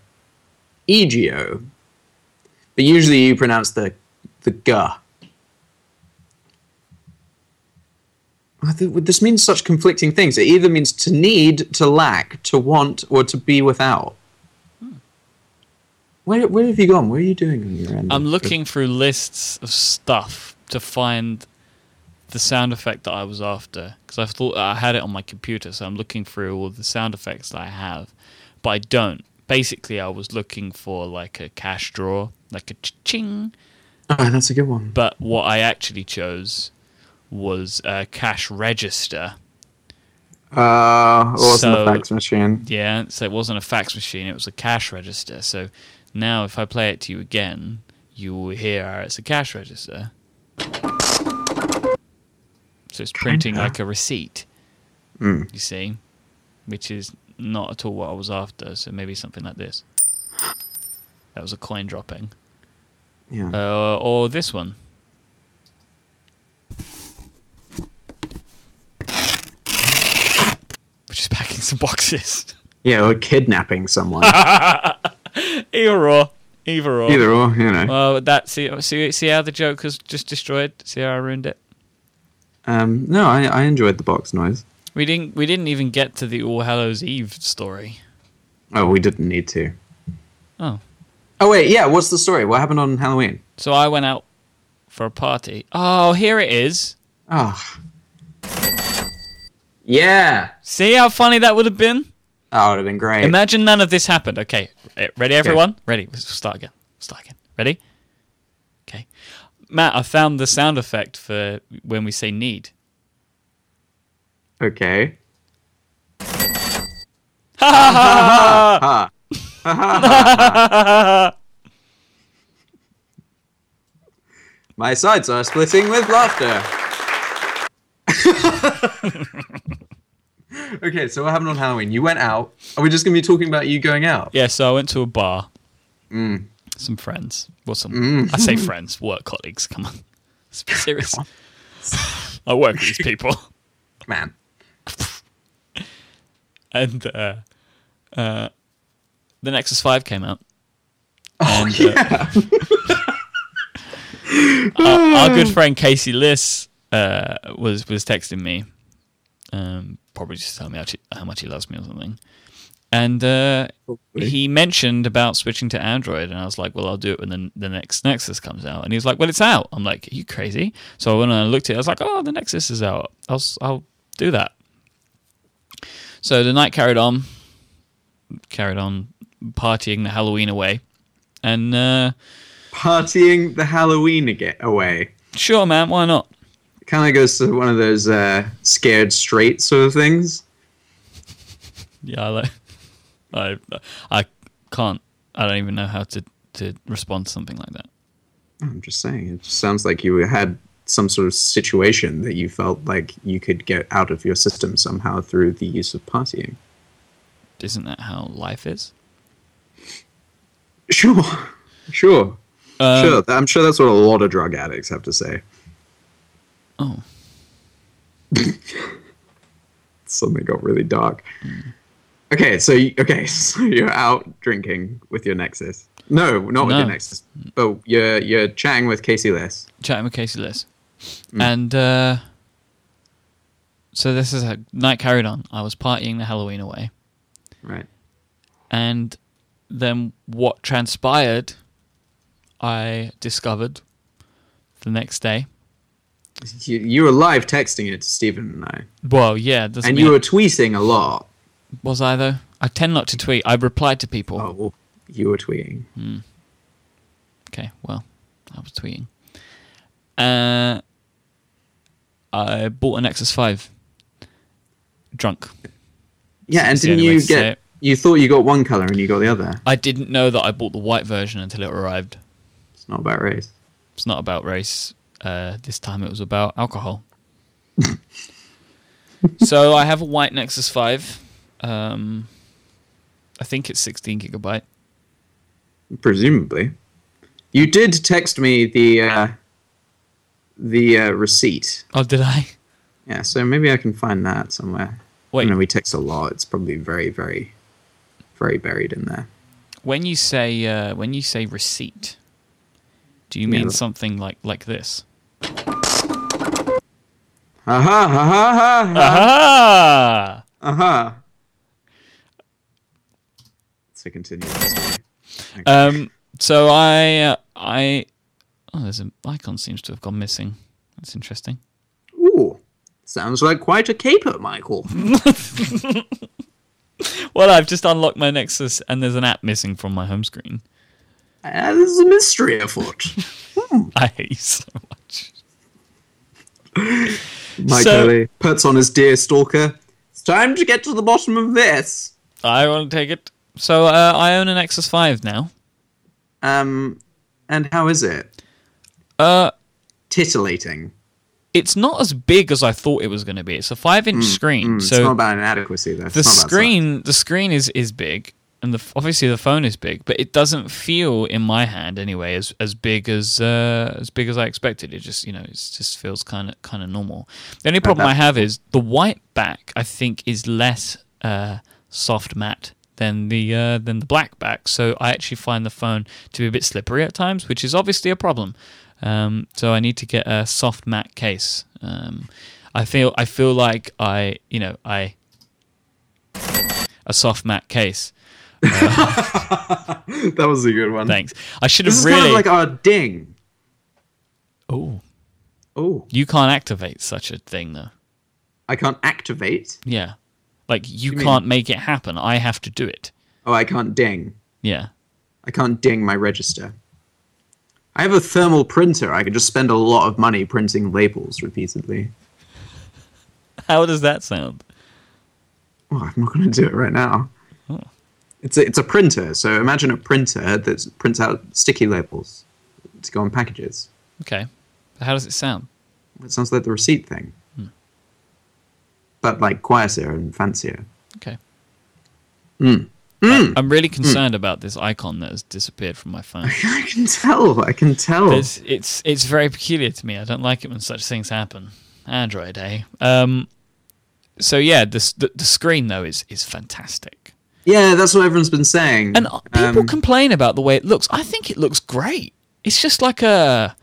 E: Egeo. But usually you pronounce the the g. I think- This means such conflicting things. It either means to need, to lack, to want, or to be without. Hmm. Where, where have you gone? What are you doing on your end?
D: I'm looking through lists of stuff to find the sound effect that I was after because I thought I had it on my computer, so I'm looking through all the sound effects that I have, but I don't. Basically, I was looking for like a cash draw, like a ching,
E: Oh, that's a good one.
D: but what I actually chose was a cash register.
E: Uh, awesome
D: So-
E: fax machine.
D: Yeah, so it wasn't a fax machine, it was a cash register. So now if I play it to you again, you will hear how it's a cash register. So it's printing like a receipt, you see, which is not at all what I was after. So maybe something like this. That was a coin dropping.
E: Yeah.
D: Uh, or this one. Which is packing some boxes.
E: yeah, or kidnapping someone.
D: Either or. Either or.
E: Either or, you know.
D: Well, that see, see see how the joke was just destroyed. See how I ruined it.
E: Um, no, I, I enjoyed the box noise.
D: We didn't we didn't even get to the All Hallows Eve story.
E: Oh, we didn't need to.
D: Oh,
E: Oh wait, yeah. What's the story? What happened on Halloween?
D: so I went out for a party. Oh, here it is.
E: Oh. Yeah.
D: See how funny that would have been.
E: That would have been great.
D: Imagine none of this happened. Okay, eh, ready, everyone? Ready. Let's start again. Start again. Ready? Okay. Matt, I found the sound effect for when we say need.
E: okay. My sides are splitting with laughter. okay, so what happened on Halloween? You went out. Are we just going to be talking about you going out?
D: Yeah, so I went to a bar. Some friends. Well, some. I say friends, work colleagues. Come on. Let's be serious. I work with these people.
E: Man.
D: And uh, uh, the Nexus 5 came out. uh,
E: Oh, yeah.
D: our good friend Casey Liss uh, was was texting me, um, probably just telling me how, chi- how much he loves me or something, and uh,
E: Probably.
D: he mentioned about switching to Android, and I was like, "Well, I'll do it when the, the next Nexus comes out." And he was like, "Well, it's out." I'm like, "Are you crazy?" So when I looked at it, I was like, "Oh, the Nexus is out. I'll s- I'll do that." So the night carried on, carried on partying the Halloween away, and uh,
E: Partying the Halloween aga away.
D: sure, man, why not?
E: Kind of goes to one of those uh, scared straight sort of things.
D: Yeah, I like, I, I can't. I don't even know how to to respond to something like that.
E: I'm just saying, it just sounds like you had some sort of situation that you felt like you could get out of your system somehow through the use of partying.
D: Isn't that how life is?
E: Sure, sure,
D: Um,
E: sure. I'm sure that's what a lot of drug addicts have to say.
D: Oh,
E: Suddenly got really dark.
D: Hmm.
E: Okay, so you, okay, so you're out drinking with your Nexus. No, not with
D: No.
E: your Nexus. But you're you're chatting with Casey Liss.
D: chatting with Casey Liz, and uh, so this is how night carried on. I was partying the Halloween away,
E: Right.
D: and then what transpired, I discovered the next day.
E: You, you were live texting it to Stephen and I,
D: Well, yeah, doesn't
E: and
D: mean
E: you were tweeting a lot.
D: Was I though? I tend not to tweet. I replied to people.
E: Oh, you were tweeting.
D: Okay, well, I was tweeting. Uh, I bought an Nexus Five. Drunk.
E: Yeah, and
D: It's the only
E: didn't
D: way
E: you
D: to say
E: get?
D: it.
E: You thought you got one color and you got the other.
D: I didn't know that I bought the white version until it arrived.
E: It's not about race.
D: It's not about race. Uh, this time it was about alcohol. so I have a white Nexus 5. Um, I think it's 16 gigabyte.
E: Presumably, you did text me the uh, the uh, receipt.
D: Oh, did I?
E: Yeah, so maybe I can find that somewhere.
D: Wait.
E: I know we text a lot. It's probably very, very, very buried in there.
D: When you say uh, when you say receipt, do you
E: Yeah,
D: mean
E: that-
D: something like like this?
E: Ha ha ha ha ha
D: Aha!
E: ha ha. So continue. this way.
D: Um, so I uh, I oh, there's an icon seems to have gone missing. That's interesting.
E: Ooh, sounds like quite a caper, Michael.
D: Well, I've just unlocked my Nexus, and there's an app missing from my home screen.
E: Uh, there's a mystery afoot.
D: I hate you so much.
E: Mike
D: So-
E: Hurley puts on his deer stalker. It's time to get to the bottom of this.
D: I want to take it. So uh, I own an Nexus Five now.
E: Um, and how is it?
D: Uh,
E: Titillating.
D: it's not as big as I thought it was going to be. It's a five-inch screen,
E: Hmm, it's not
D: so
E: about inadequacy, though. It's
D: the
E: not about
D: screen the screen is is big, and the f- obviously the phone is big, but it doesn't feel in my hand anyway as as big as uh, as big as I expected. It just you know it just feels kind of kind of normal. The only problem I have is the white back. I think is less uh, soft matte. Than the uh, than the black back, so I actually find the phone to be a bit slippery at times, which is obviously a problem. Um, so I need to get a soft matte case. Um, I feel I feel like I you know I a soft matte case.
E: size. That was a good one.
D: Thanks. I should
E: This
D: have
E: is
D: really.
E: kind of like our ding.
D: oh,
E: Oh,
D: you can't activate such a thing though.
E: I can't activate.
D: Yeah, like you,
E: mean?
D: can't make it happen. I have to do it.
E: Oh, I can't ding.
D: Yeah.
E: I can't ding my register. I have a thermal printer. I could just spend a lot of money printing labels repeatedly.
D: How does that sound?
E: Oh, I'm not going to do it right now.
D: Hmm.
E: It's a, it's a printer. So imagine a printer that prints out sticky labels to go on packages.
D: Okay. How does it sound?
E: It sounds like the receipt thing,
D: Hmm.
E: but like quieter and fancier.
D: Okay.
E: Hmm.
D: I- I'm really concerned about this icon that has disappeared from my phone.
E: I can tell. I can tell.
D: There's, it's it's very peculiar to me. I don't like it when such things happen. Android, eh? Um, so yeah, this, the the screen though is is fantastic.
E: yeah, that's what everyone's been saying.
D: And uh, people
E: Um,
D: complain about the way it looks. I think it looks great. It's just like a.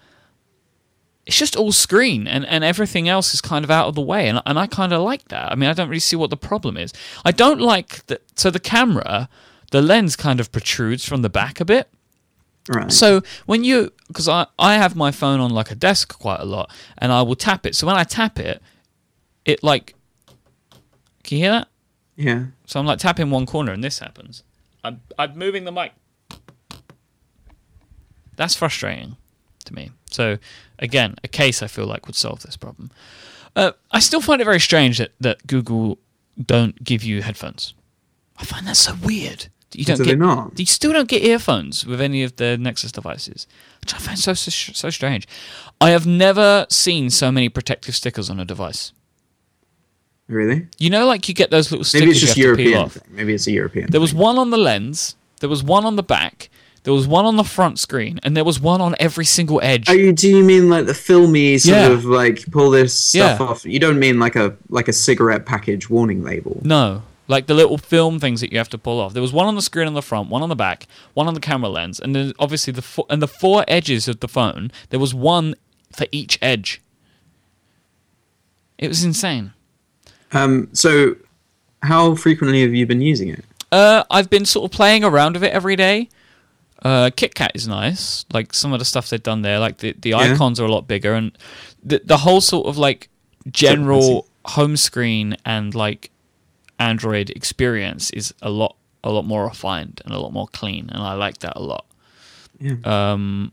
D: It's just all screen, and, and everything else is kind of out of the way, and and I kind of like that. I mean, I don't really see what the problem is. I don't like that. So the camera, the lens kind of protrudes from the back a bit.
E: right.
D: So when you, because I, I have my phone on like a desk quite a lot, and I will tap it. So when I tap it, it like, can you hear that?
E: yeah,
D: So I'm like tapping one corner, and this happens. I'm I'm moving the mic. That's frustrating to me. So again, a case I feel like would solve this problem. Uh, I still find it very strange that that Google don't give you headphones. I find that so weird. that You don't
E: Do they
D: get
E: not?
D: you still don't get earphones with any of the Nexus devices, which I find so so, so strange. I have never seen so many protective stickers on a device.
E: really.
D: You know, like you get those little stickers
E: Maybe it's just
D: you have to peel
E: European.
D: off.
E: Thing. Maybe it's a European.
D: There was
E: thing.
D: one on the lens, there was one on the back, there was one on the front screen, and there was one on every single edge.
E: Are Oh, you, do you mean like the filmy sort
D: Yeah.
E: of like pull this stuff
D: Yeah.
E: off? You don't mean like a like a cigarette package warning label.
D: no. Like the little film things that you have to pull off. There was one on the screen on the front, one on the back, one on the camera lens, and then obviously the four, and the four edges of the phone. There was one for each edge. It was insane.
E: Um, so, how frequently have you been using it?
D: Uh, I've been sort of playing around with it every day. Uh, KitKat is nice. Like some of the stuff they've done there, like the, the icons are a lot bigger, and the the whole sort of like general home screen and like Android experience is a lot a lot more refined and a lot more clean, and I like that a lot. Um,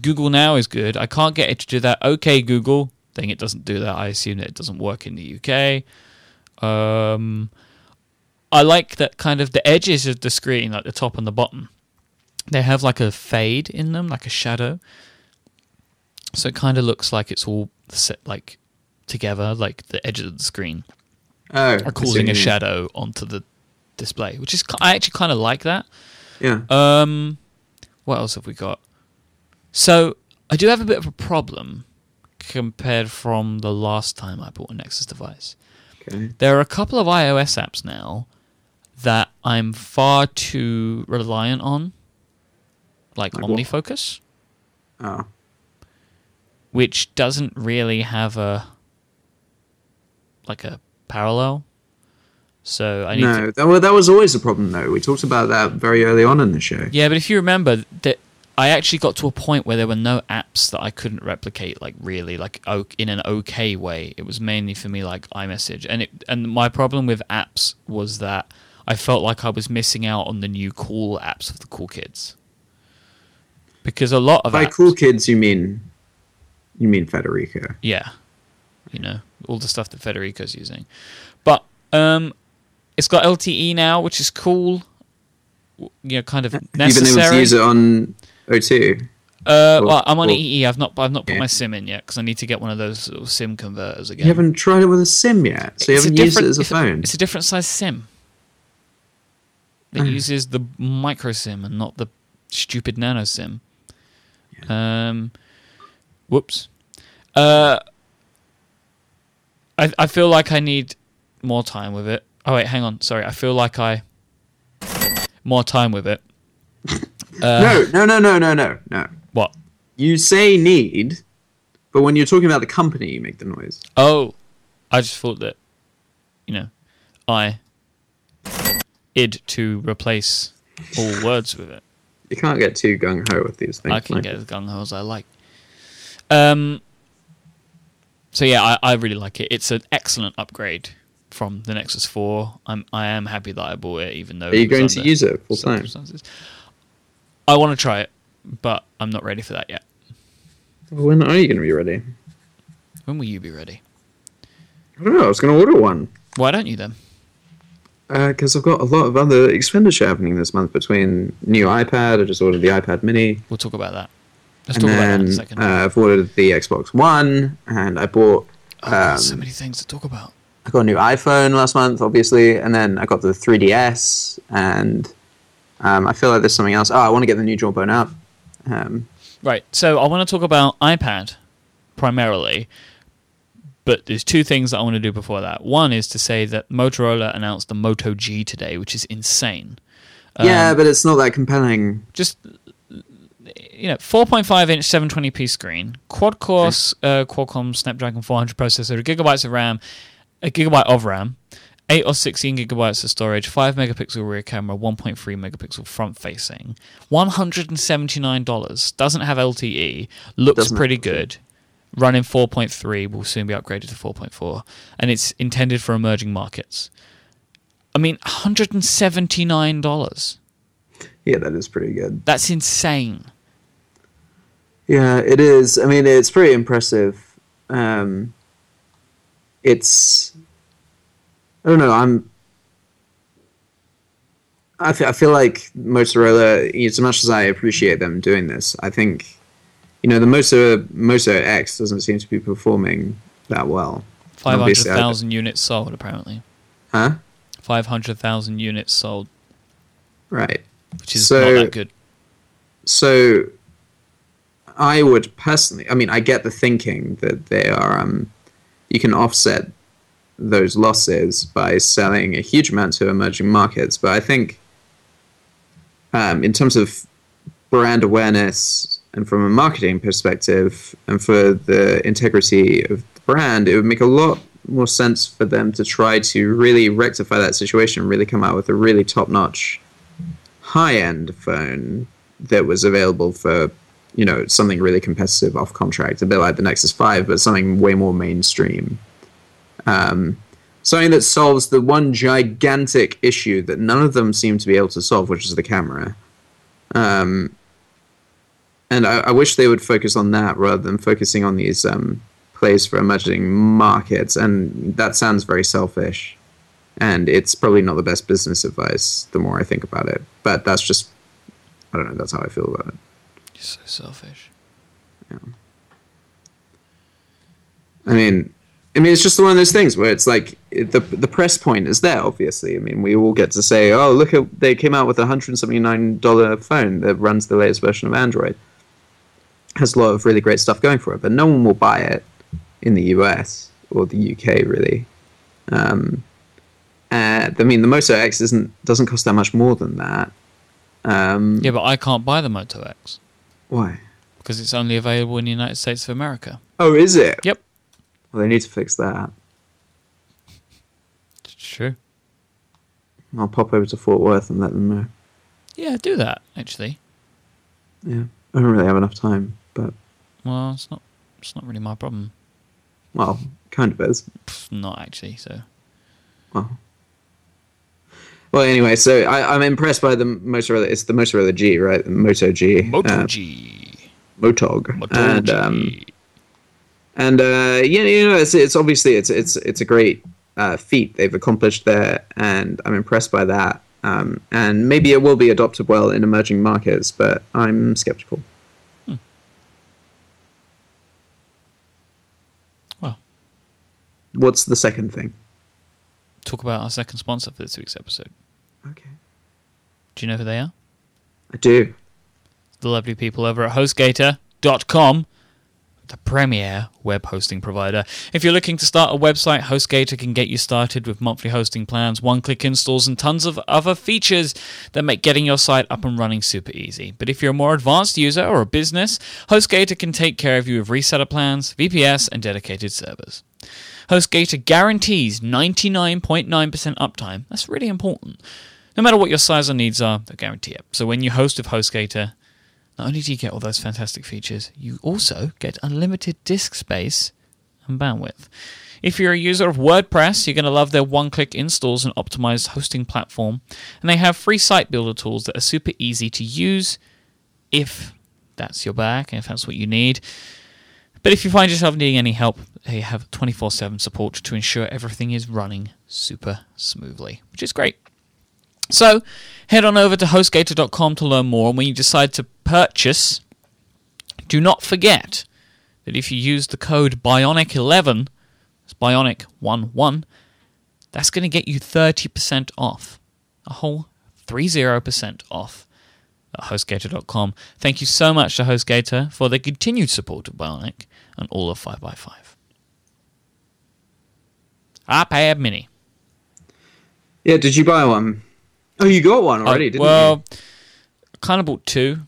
D: Google Now is good. I can't get it to do that. Okay, Google. Thing it doesn't do that. I assume that it doesn't work in the UK. Um, I like that kind of the edges of the screen, like the top and the bottom. They have like a fade in them, like a shadow. So it kind of looks like it's all set like together, like the edge of the screen
E: Oh, I
D: are
E: see what
D: causing
E: you
D: a
E: mean.
D: shadow onto the display, which is I actually kind of like that.
E: Yeah.
D: Um, what else have we got? So I do have a bit of a problem compared from the last time I bought a Nexus device.
E: okay.
D: There are a couple of iOS apps now that I'm far too reliant on, like,
E: Like what?
D: OmniFocus,
E: Oh.
D: which doesn't really have a like a parallel. So I need to
E: No, that, well, that was always a problem, though. We talked about that very early on in the show.
D: Yeah, but if you remember that I actually got to a point where there were no apps that I couldn't replicate like really like o- in an okay way. It was mainly for me like iMessage and it and my problem with apps was that I felt like I was missing out on the new cool apps of the cool kids. Because a lot of
E: By
D: apps,
E: cool kids, you mean you mean Federica.
D: yeah. You know, all the stuff that Federico's using. But um it's got LTE now, which is cool. w- You know, kind of necessary.
E: You've been able to use it on O2.
D: Uh,
E: Or-
D: well, I'm on
E: or-
D: EE. I've not, I've not put
E: Yeah.
D: my SIM in yet because I need to get one of those little SIM converters again.
E: You haven't tried it with a SIM yet, so you
D: It's a
E: haven't used it
D: different-
E: as a
D: it's
E: phone.
D: it's a different size SIM. That
E: Oh.
D: uses the micro SIM and not the stupid nano SIM. Um, whoops. Uh, I I feel like I need more time with it. Oh wait, hang on. Sorry, I feel like I more time with it.
E: no, no, no, no, no, no, no.
D: What?
E: You say need, but when you're talking about the company, you make the noise.
D: Oh, I just thought that, you know, I id to replace all words with it.
E: You can't get too gung ho with these things.
D: I can
E: like-
D: get as gung ho as I like. Um. So yeah, I, I really like it. It's an excellent upgrade from the Nexus Four. I'm I am happy that I bought it, even though
E: Are you going to use it full time?
D: circumstances. I want to try it, but I'm not ready for that yet.
E: When are you going to be ready?
D: When will you be ready?
E: I don't know. I was going to order one
D: Why don't you then?
E: because Uh, I've got a lot of other expenditure happening this month between new iPad. I just ordered the iPad Mini,
D: We'll talk about that. Let's
E: and
D: talk about that in a
E: then
D: second.
E: uh, I've ordered the Xbox One, and I bought.
D: Oh,
E: um,
D: so many things to talk about.
E: I got a new iPhone last month, obviously, and then I got the 3DS, and um, I feel like there's something else. Oh, I want to get the new Jawbone app. Um,
D: Right. So I want to talk about iPad primarily, but there's two things that I want to do before that. One is to say that Motorola announced the Moto G today, which is insane. Um,
E: yeah, but it's not that compelling.
D: Just you know, 4.5 inch 720p screen, quad core uh, Qualcomm Snapdragon 400 processor, a gigabytes of RAM, a gigabyte of RAM, 8 or 16 gigabytes of storage, 5 megapixel rear camera, 1.3 megapixel front facing. $179. Doesn't have LTE, looks
E: Doesn't have E.
D: pretty good. Running 4.3 will soon be upgraded to 4.4, and it's intended for emerging markets. I mean, $179.
E: Yeah, that is pretty good.
D: That's insane.
E: Yeah, it is. I mean, it's pretty impressive. Um, it's. I don't know. I'm. I fe- I feel like Motorola. As much as I appreciate them doing this, I think, you know, the Moto Moto X doesn't seem to be performing that well.
D: Five hundred
E: Obviously, I-
D: thousand units sold, apparently.
E: Huh?
D: Five hundred thousand units sold,
E: Right.
D: which is
E: So-
D: not that good.
E: so I would personally, I mean, I get the thinking that they are, um, you can offset those losses by selling a huge amount to emerging markets, but I think um, in terms of brand awareness and from a marketing perspective and for the integrity of the brand, it would make a lot more sense for them to try to really rectify that situation, really come out with a really top notch high end phone that was available for you know something really competitive off contract, a bit like the Nexus Five, but something way more mainstream. Um, Something that solves the one gigantic issue that none of them seem to be able to solve, which is the camera. Um, and I, I wish they would focus on that rather than focusing on these um, plays for emerging markets. And that sounds very selfish. And it's probably not the best business advice the more I think about it. But that's just, I don't know, that's how I feel about it.
D: You're so selfish.
E: I mean, I mean, it's just one of those things where it's like it, the the press point is there. Obviously, I mean, we all get to say, "Oh, look at they came out with a hundred and seventy nine dollar phone that runs the latest version of Android." Has a lot of really great stuff going for it, but no one will buy it in the US or the UK really. Um, uh, I mean, the Moto X isn't doesn't cost that much more than that. Um,
D: Yeah, but I can't buy the Moto X
E: Why?
D: because it's only available in the United States of America.
E: Oh, is it?
D: Yep,
E: Well, they need to fix that.
D: it's true.
E: I'll pop over to Fort Worth and let them know.
D: Yeah, do that actually.
E: Yeah, I don't really have enough time, but
D: Well, it's not. It's not really my problem.
E: well, kind of is.
D: Pff, Not actually. So
E: Well, well. Anyway, so I, I'm impressed by the Motorola. It's the Motorola G, right? The Moto G,
D: Moto
E: uh,
D: G,
E: Motog,
D: Moto
E: and
D: G.
E: um, and uh, yeah, you know, it's, it's obviously it's it's it's a great uh, feat they've accomplished there, and I'm impressed by that. Um, and maybe it will be adopted well in emerging markets, but I'm skeptical.
D: Hmm. Well.
E: what's the second thing?
D: Talk about our second sponsor for this week's episode.
E: Okay,
D: Do you know who they are?
E: I do.
D: The lovely people over at HostGator.com, the premier web hosting provider. If you're looking to start a website, HostGator can get you started with monthly hosting plans, one-click installs, and tons of other features that make getting your site up and running super easy. But if you're a more advanced user or a business, HostGator can take care of you with reseller plans, VPS, and dedicated servers. HostGator guarantees 99.9% uptime. That's really important. No matter what your size or needs are, they'll guarantee it. So when you host with HostGator, not only do you get all those fantastic features, you also get unlimited disk space and bandwidth. If you're a user of WordPress, you're going to love their one click installs and optimized hosting platform. And they have free site builder tools that are super easy to use if that's your bag and if that's what you need. But if you find yourself needing any help, they have 24 7 support to ensure everything is running super smoothly, which is great. So head on over to hostgator.com to learn more. And when you decide to purchase, do not forget that if you use the code Bionic11, it's Bionic11, that's going to get you 30% off. A whole 30% off at hostgator.com. Thank you so much to Hostgator for their continued support of Bionic and all of 5x5. iPad Mini.
E: Yeah, did you buy one? Oh, you got one already,
D: Oh,
E: didn't you?
D: well, kind of bought two.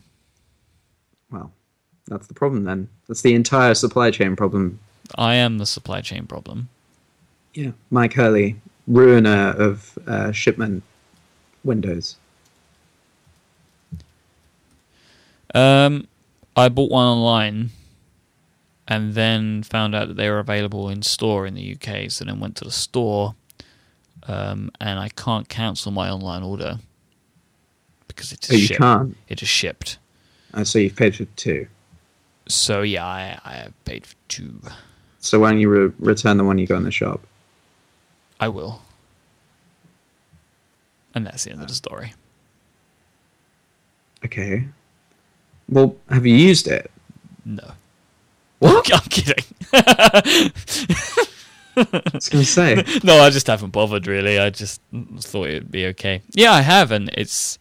E: Well, that's the problem then. That's the entire supply chain problem.
D: I am the supply chain problem.
E: Yeah. Mike Hurley, ruiner of uh, shipment windows.
D: Um, I bought one online and then found out that they were available in store in the UK. So then went to the store um, and I can't cancel my online order because it just
E: Oh, you
D: shipped.
E: can't?
D: It just shipped.
E: Uh, so you've paid for two.
D: So yeah, I, I have paid for two.
E: So why don't you re- return the one you got in the shop?
D: I will. And that's the end of the
E: Uh.
D: story.
E: Okay. Well, have you used it?
D: No.
E: What?
D: I'm kidding.
E: I was going to say.
D: no, I just haven't bothered really. I just thought it'd be okay. Yeah, I have, and it's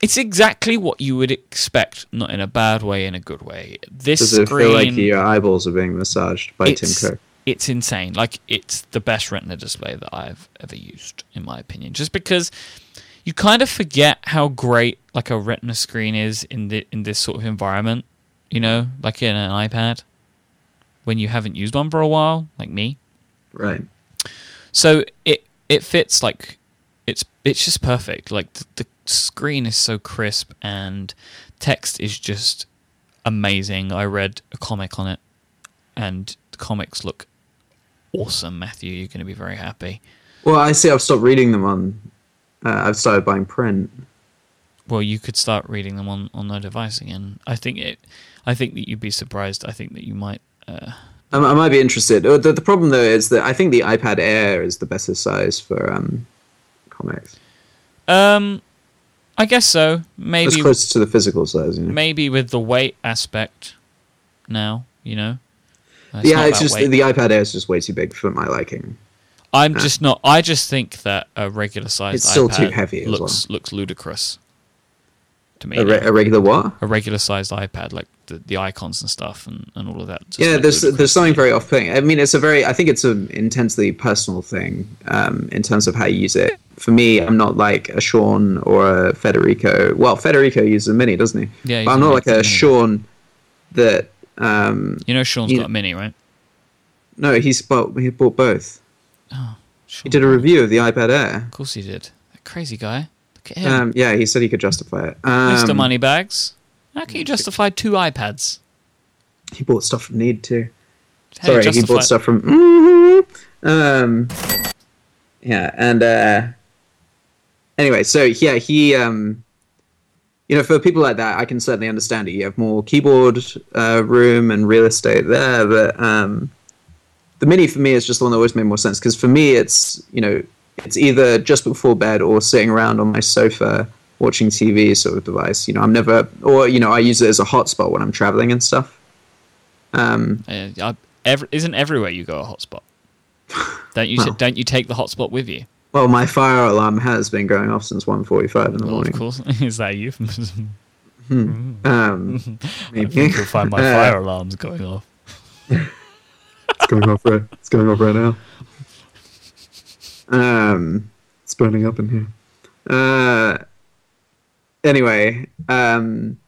D: it's exactly what you would expect, not in a bad way, in a good way. This
E: Does it
D: screen,
E: feel like your eyeballs are being massaged by Tim
D: it's,
E: Cook?
D: it's insane. Like it's the best Retina display that I've ever used, in my opinion. Just because you kind of forget how great like a Retina screen is in the in this sort of environment. You know, like in an iPad, when you haven't used one for a while, like me.
E: Right.
D: So it it fits like it's it's just perfect. Like the, the screen is so crisp and text is just amazing. I read a comic on it, and the comics look awesome, Matthew. You're going to be very happy.
E: Well, I see. I've stopped reading them on. Uh, I've started buying print.
D: Well, you could start reading them on on their device again. I think it. I think that you'd be surprised. I think that you might. Uh,
E: I, I might be interested. Uh, The, the problem though is that I think the iPad Air is the best size for um, comics.
D: um, I guess so.
E: It's
D: Maybe
E: close to the physical size. You know?
D: maybe with the weight aspect now, you know. Uh,
E: yeah,
D: not
E: it's
D: about
E: just
D: weight.
E: the iPad Air is just way too big for my liking.
D: I'm just not. I just think that a regular size
E: It's still too
D: iPad
E: heavy as
D: looks looks ludicrous to me.
E: A, re- a regular what?
D: a regular sized iPad, like the, the icons and stuff and, and all of that. just
E: Yeah,
D: look
E: there's
D: ludicrous.
E: there's something very off-putting. I mean, it's a very I think it's an intensely personal thing um, in terms of how you use it. For me, I'm not like a Sean or a Federico. Well, Federico uses a mini, doesn't he?
D: Yeah,
E: but
D: he's
E: I'm
D: a
E: not
D: mini-
E: like
D: he's a
E: a
D: mini.
E: Sean that. Um,
D: You know, Sean's
E: you-
D: got a mini, right?
E: no, he's bought he bought both.
D: Sean,
E: He did a review of the iPad Air.
D: Of course he did. That crazy guy. Look at him,
E: Um, yeah, he said he could justify it. Um,
D: Mr. Moneybags. How can you justify two iPads?
E: He bought stuff from Need too.
D: How do you
E: Sorry, he
D: justify-
E: bought stuff from. Mhm. Um, yeah, and uh, anyway, so yeah, he, um, you know, for people like that, I can certainly understand it. You have more keyboard uh, room and real estate there, but um, the mini for me is just the one that always made more sense because for me, it's you know, it's either just before bed or sitting around on my sofa watching TV sort of device. You know, I'm never, or you know, I use it as a hotspot when I'm traveling and stuff.
D: Uh, I- every- isn't everywhere you go a hotspot? Don't you
E: Well.
D: don't you take the hotspot with you?
E: Well, my fire alarm has been going off since 1.45 in the
D: Well, of
E: morning.
D: course, is that a euphemism?
E: Um, maybe.
D: You'll find my
E: Uh,
D: fire alarms going off.
E: it's going off right. It's going off right now. Um, it's burning up in here. Uh, anyway, um,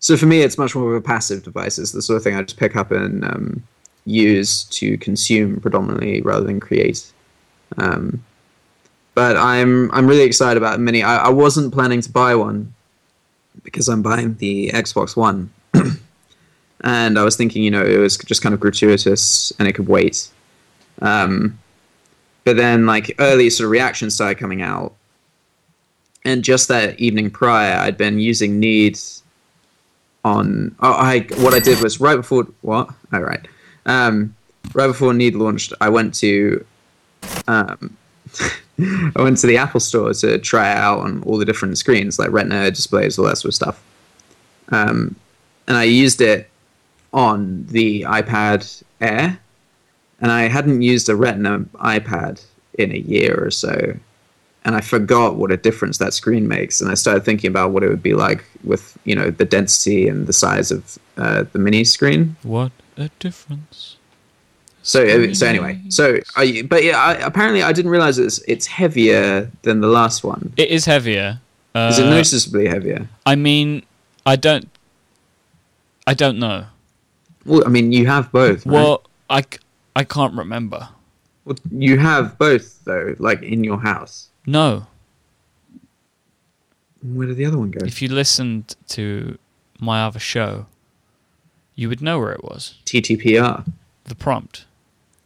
E: so for me, it's much more of a passive device. It's the sort of thing I just pick up and um, use to consume predominantly rather than create. Um, but I'm I'm really excited about Mini. I, I wasn't planning to buy one because I'm buying the Xbox One and I was thinking, you know, it was just kind of gratuitous and it could wait. Um, but then, like, early sort of reactions started coming out. And just that evening prior, I'd been using Need on. Oh, I what I did was right before what? All right, um, right before Need launched, I went to, um, I went to the Apple Store to try it out on all the different screens, like Retina displays, all that sort of stuff. Um, and I used it on the iPad Air, and I hadn't used a Retina iPad in a year or so, and I forgot what a difference that screen makes. And I started thinking about what it would be like with you know the density and the size of uh, the mini screen.
D: What a difference!
E: So uh, so anyway, so I but yeah, I, apparently I didn't realize it's it's heavier than the last one.
D: It is heavier. Uh,
E: Is it noticeably heavier?
D: I mean, I don't. I don't know.
E: Well, I mean, you have both. Right?
D: Well, I, c- I can't remember.
E: Well, you have both though, like in your house.
D: No,
E: Where did the other one go?
D: if you listened to my other show, you would know where it was.
E: TTPR.
D: The prompt,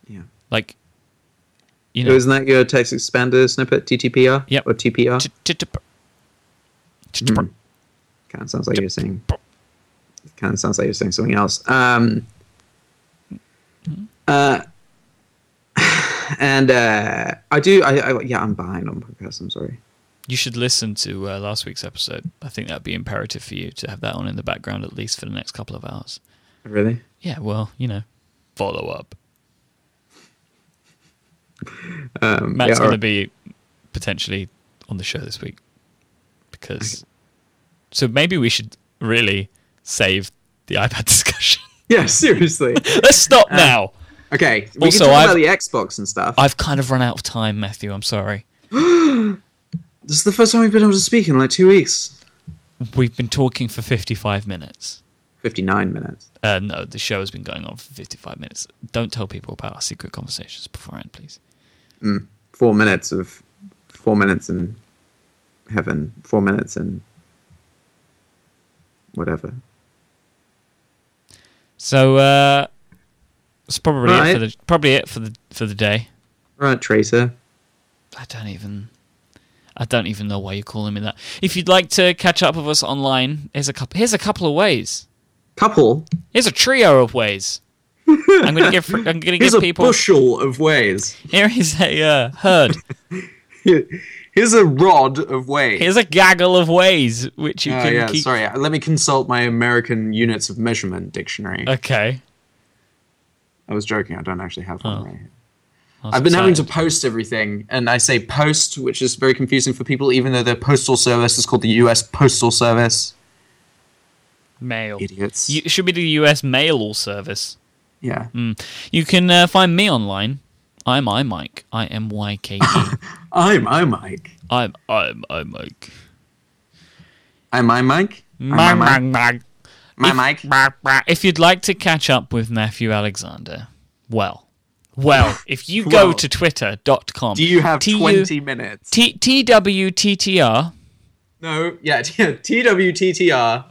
E: Yeah.
D: like, you
E: It
D: know,
E: Isn't that your text expander snippet, TTPR?
D: Yep.
E: Or TPR?
D: t- t- t- pr- t-
E: Hmm.
D: t- pr-
E: kind of sounds like you're saying. Kind of sounds like you're saying something else. Um,
D: Mm-hmm.
E: uh, and uh, I do. I, I yeah, I'm behind on podcasts. I'm sorry.
D: you should listen to uh, last week's episode. I think that'd be imperative for you to have that on in the background at least for the next couple of hours.
E: Really?
D: Yeah, well, you know, follow up.
E: Um,
D: Matt's
E: yeah,
D: going to
E: alright.
D: be potentially on the show this week because. So maybe we should really save the iPad discussion.
E: Yeah, seriously.
D: Let's stop now.
E: Okay. We
D: Also,
E: can talk
D: I've-
E: about the Xbox and stuff.
D: I've kind of run out of time, Matthew. I'm sorry.
E: this is the first time we've been able to speak in like two weeks.
D: We've been talking for 55 minutes.
E: Fifty-nine minutes.
D: Uh, no, the show has been going on for 55 minutes. Don't tell people about our secret conversations beforehand, please.
E: Four minutes of. Four minutes in heaven. Four minutes in. Whatever.
D: So, uh, That's probably it
E: Right.
D: for the probably it for the for the day.
E: Right, Tracer.
D: I don't even. I don't even know why you're calling me that. If you'd like to catch up with us online, here's a couple. Here's a couple of ways.
E: Couple.
D: Here's a trio of ways. I'm gonna give. I'm gonna
E: Here's
D: give
E: a
D: people.
E: bushel of ways.
D: Here is a uh, herd.
E: Here's a rod of ways.
D: Here's a gaggle of ways which you
E: Oh,
D: can
E: yeah,
D: keep.
E: sorry. Let me consult my American units of measurement dictionary.
D: Okay.
E: I was joking. I don't actually have one
D: Oh.
E: right here.
D: I was
E: I've been having to
D: excited.
E: post everything, and I say post, which is very confusing for people, even though their postal service is called the U.S. Postal Service.
D: mail.
E: Idiots.
D: You, Mm. it should be the U.S. mail all service.
E: yeah.
D: You can uh, find me online. I'm I Mike. I M Y K E.
E: I'm I Mike.
D: I'm I'm I Mike.
E: I'm I Mike.
D: Mike,
E: I'm I Mike.
D: Mike,
E: My Mike.
D: Mike. If you'd like to catch up with Matthew Alexander, well, well, if you go
E: Well.
D: to twitter.com,
E: Do you have 20 minutes?
D: T T W T T R
E: no. Yeah. TWTTR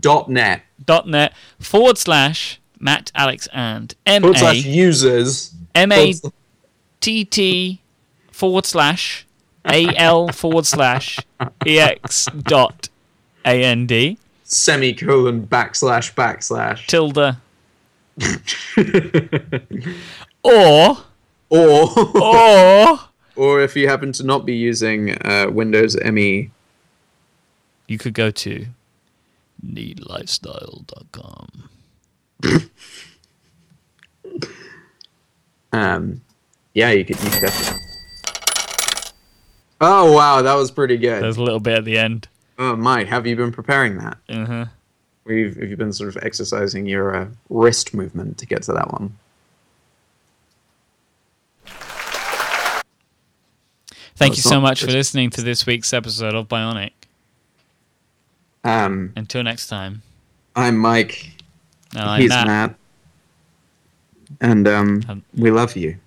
E: dot net
D: dot net forward slash Matt Alex and M
E: forward slash
D: A
E: users.
D: M
E: forward
D: A
E: slash-
D: T T forward slash A L forward slash E X dot A N D
E: Semicolon backslash backslash.
D: tilde or
E: Or.
D: or
E: or if you happen to not be using uh, Windows ME.
D: you could go to needlifestyle.com.
E: Um, yeah, you could. You could definitely- oh wow, that was pretty good.
D: There's a little bit at the end.
E: oh, Mike, have you been preparing that?
D: Uh-huh.
E: We've, have you been sort of exercising your uh, wrist movement to get to that one?
D: Thank you
E: it's
D: so
E: not-
D: much for
E: it's-
D: listening to this week's episode of Bionic.
E: Um,
D: Until next time,
E: I'm Mike.
D: and I'm
E: he's
D: Matt.
E: Matt. And um,
D: Um,
E: we love you.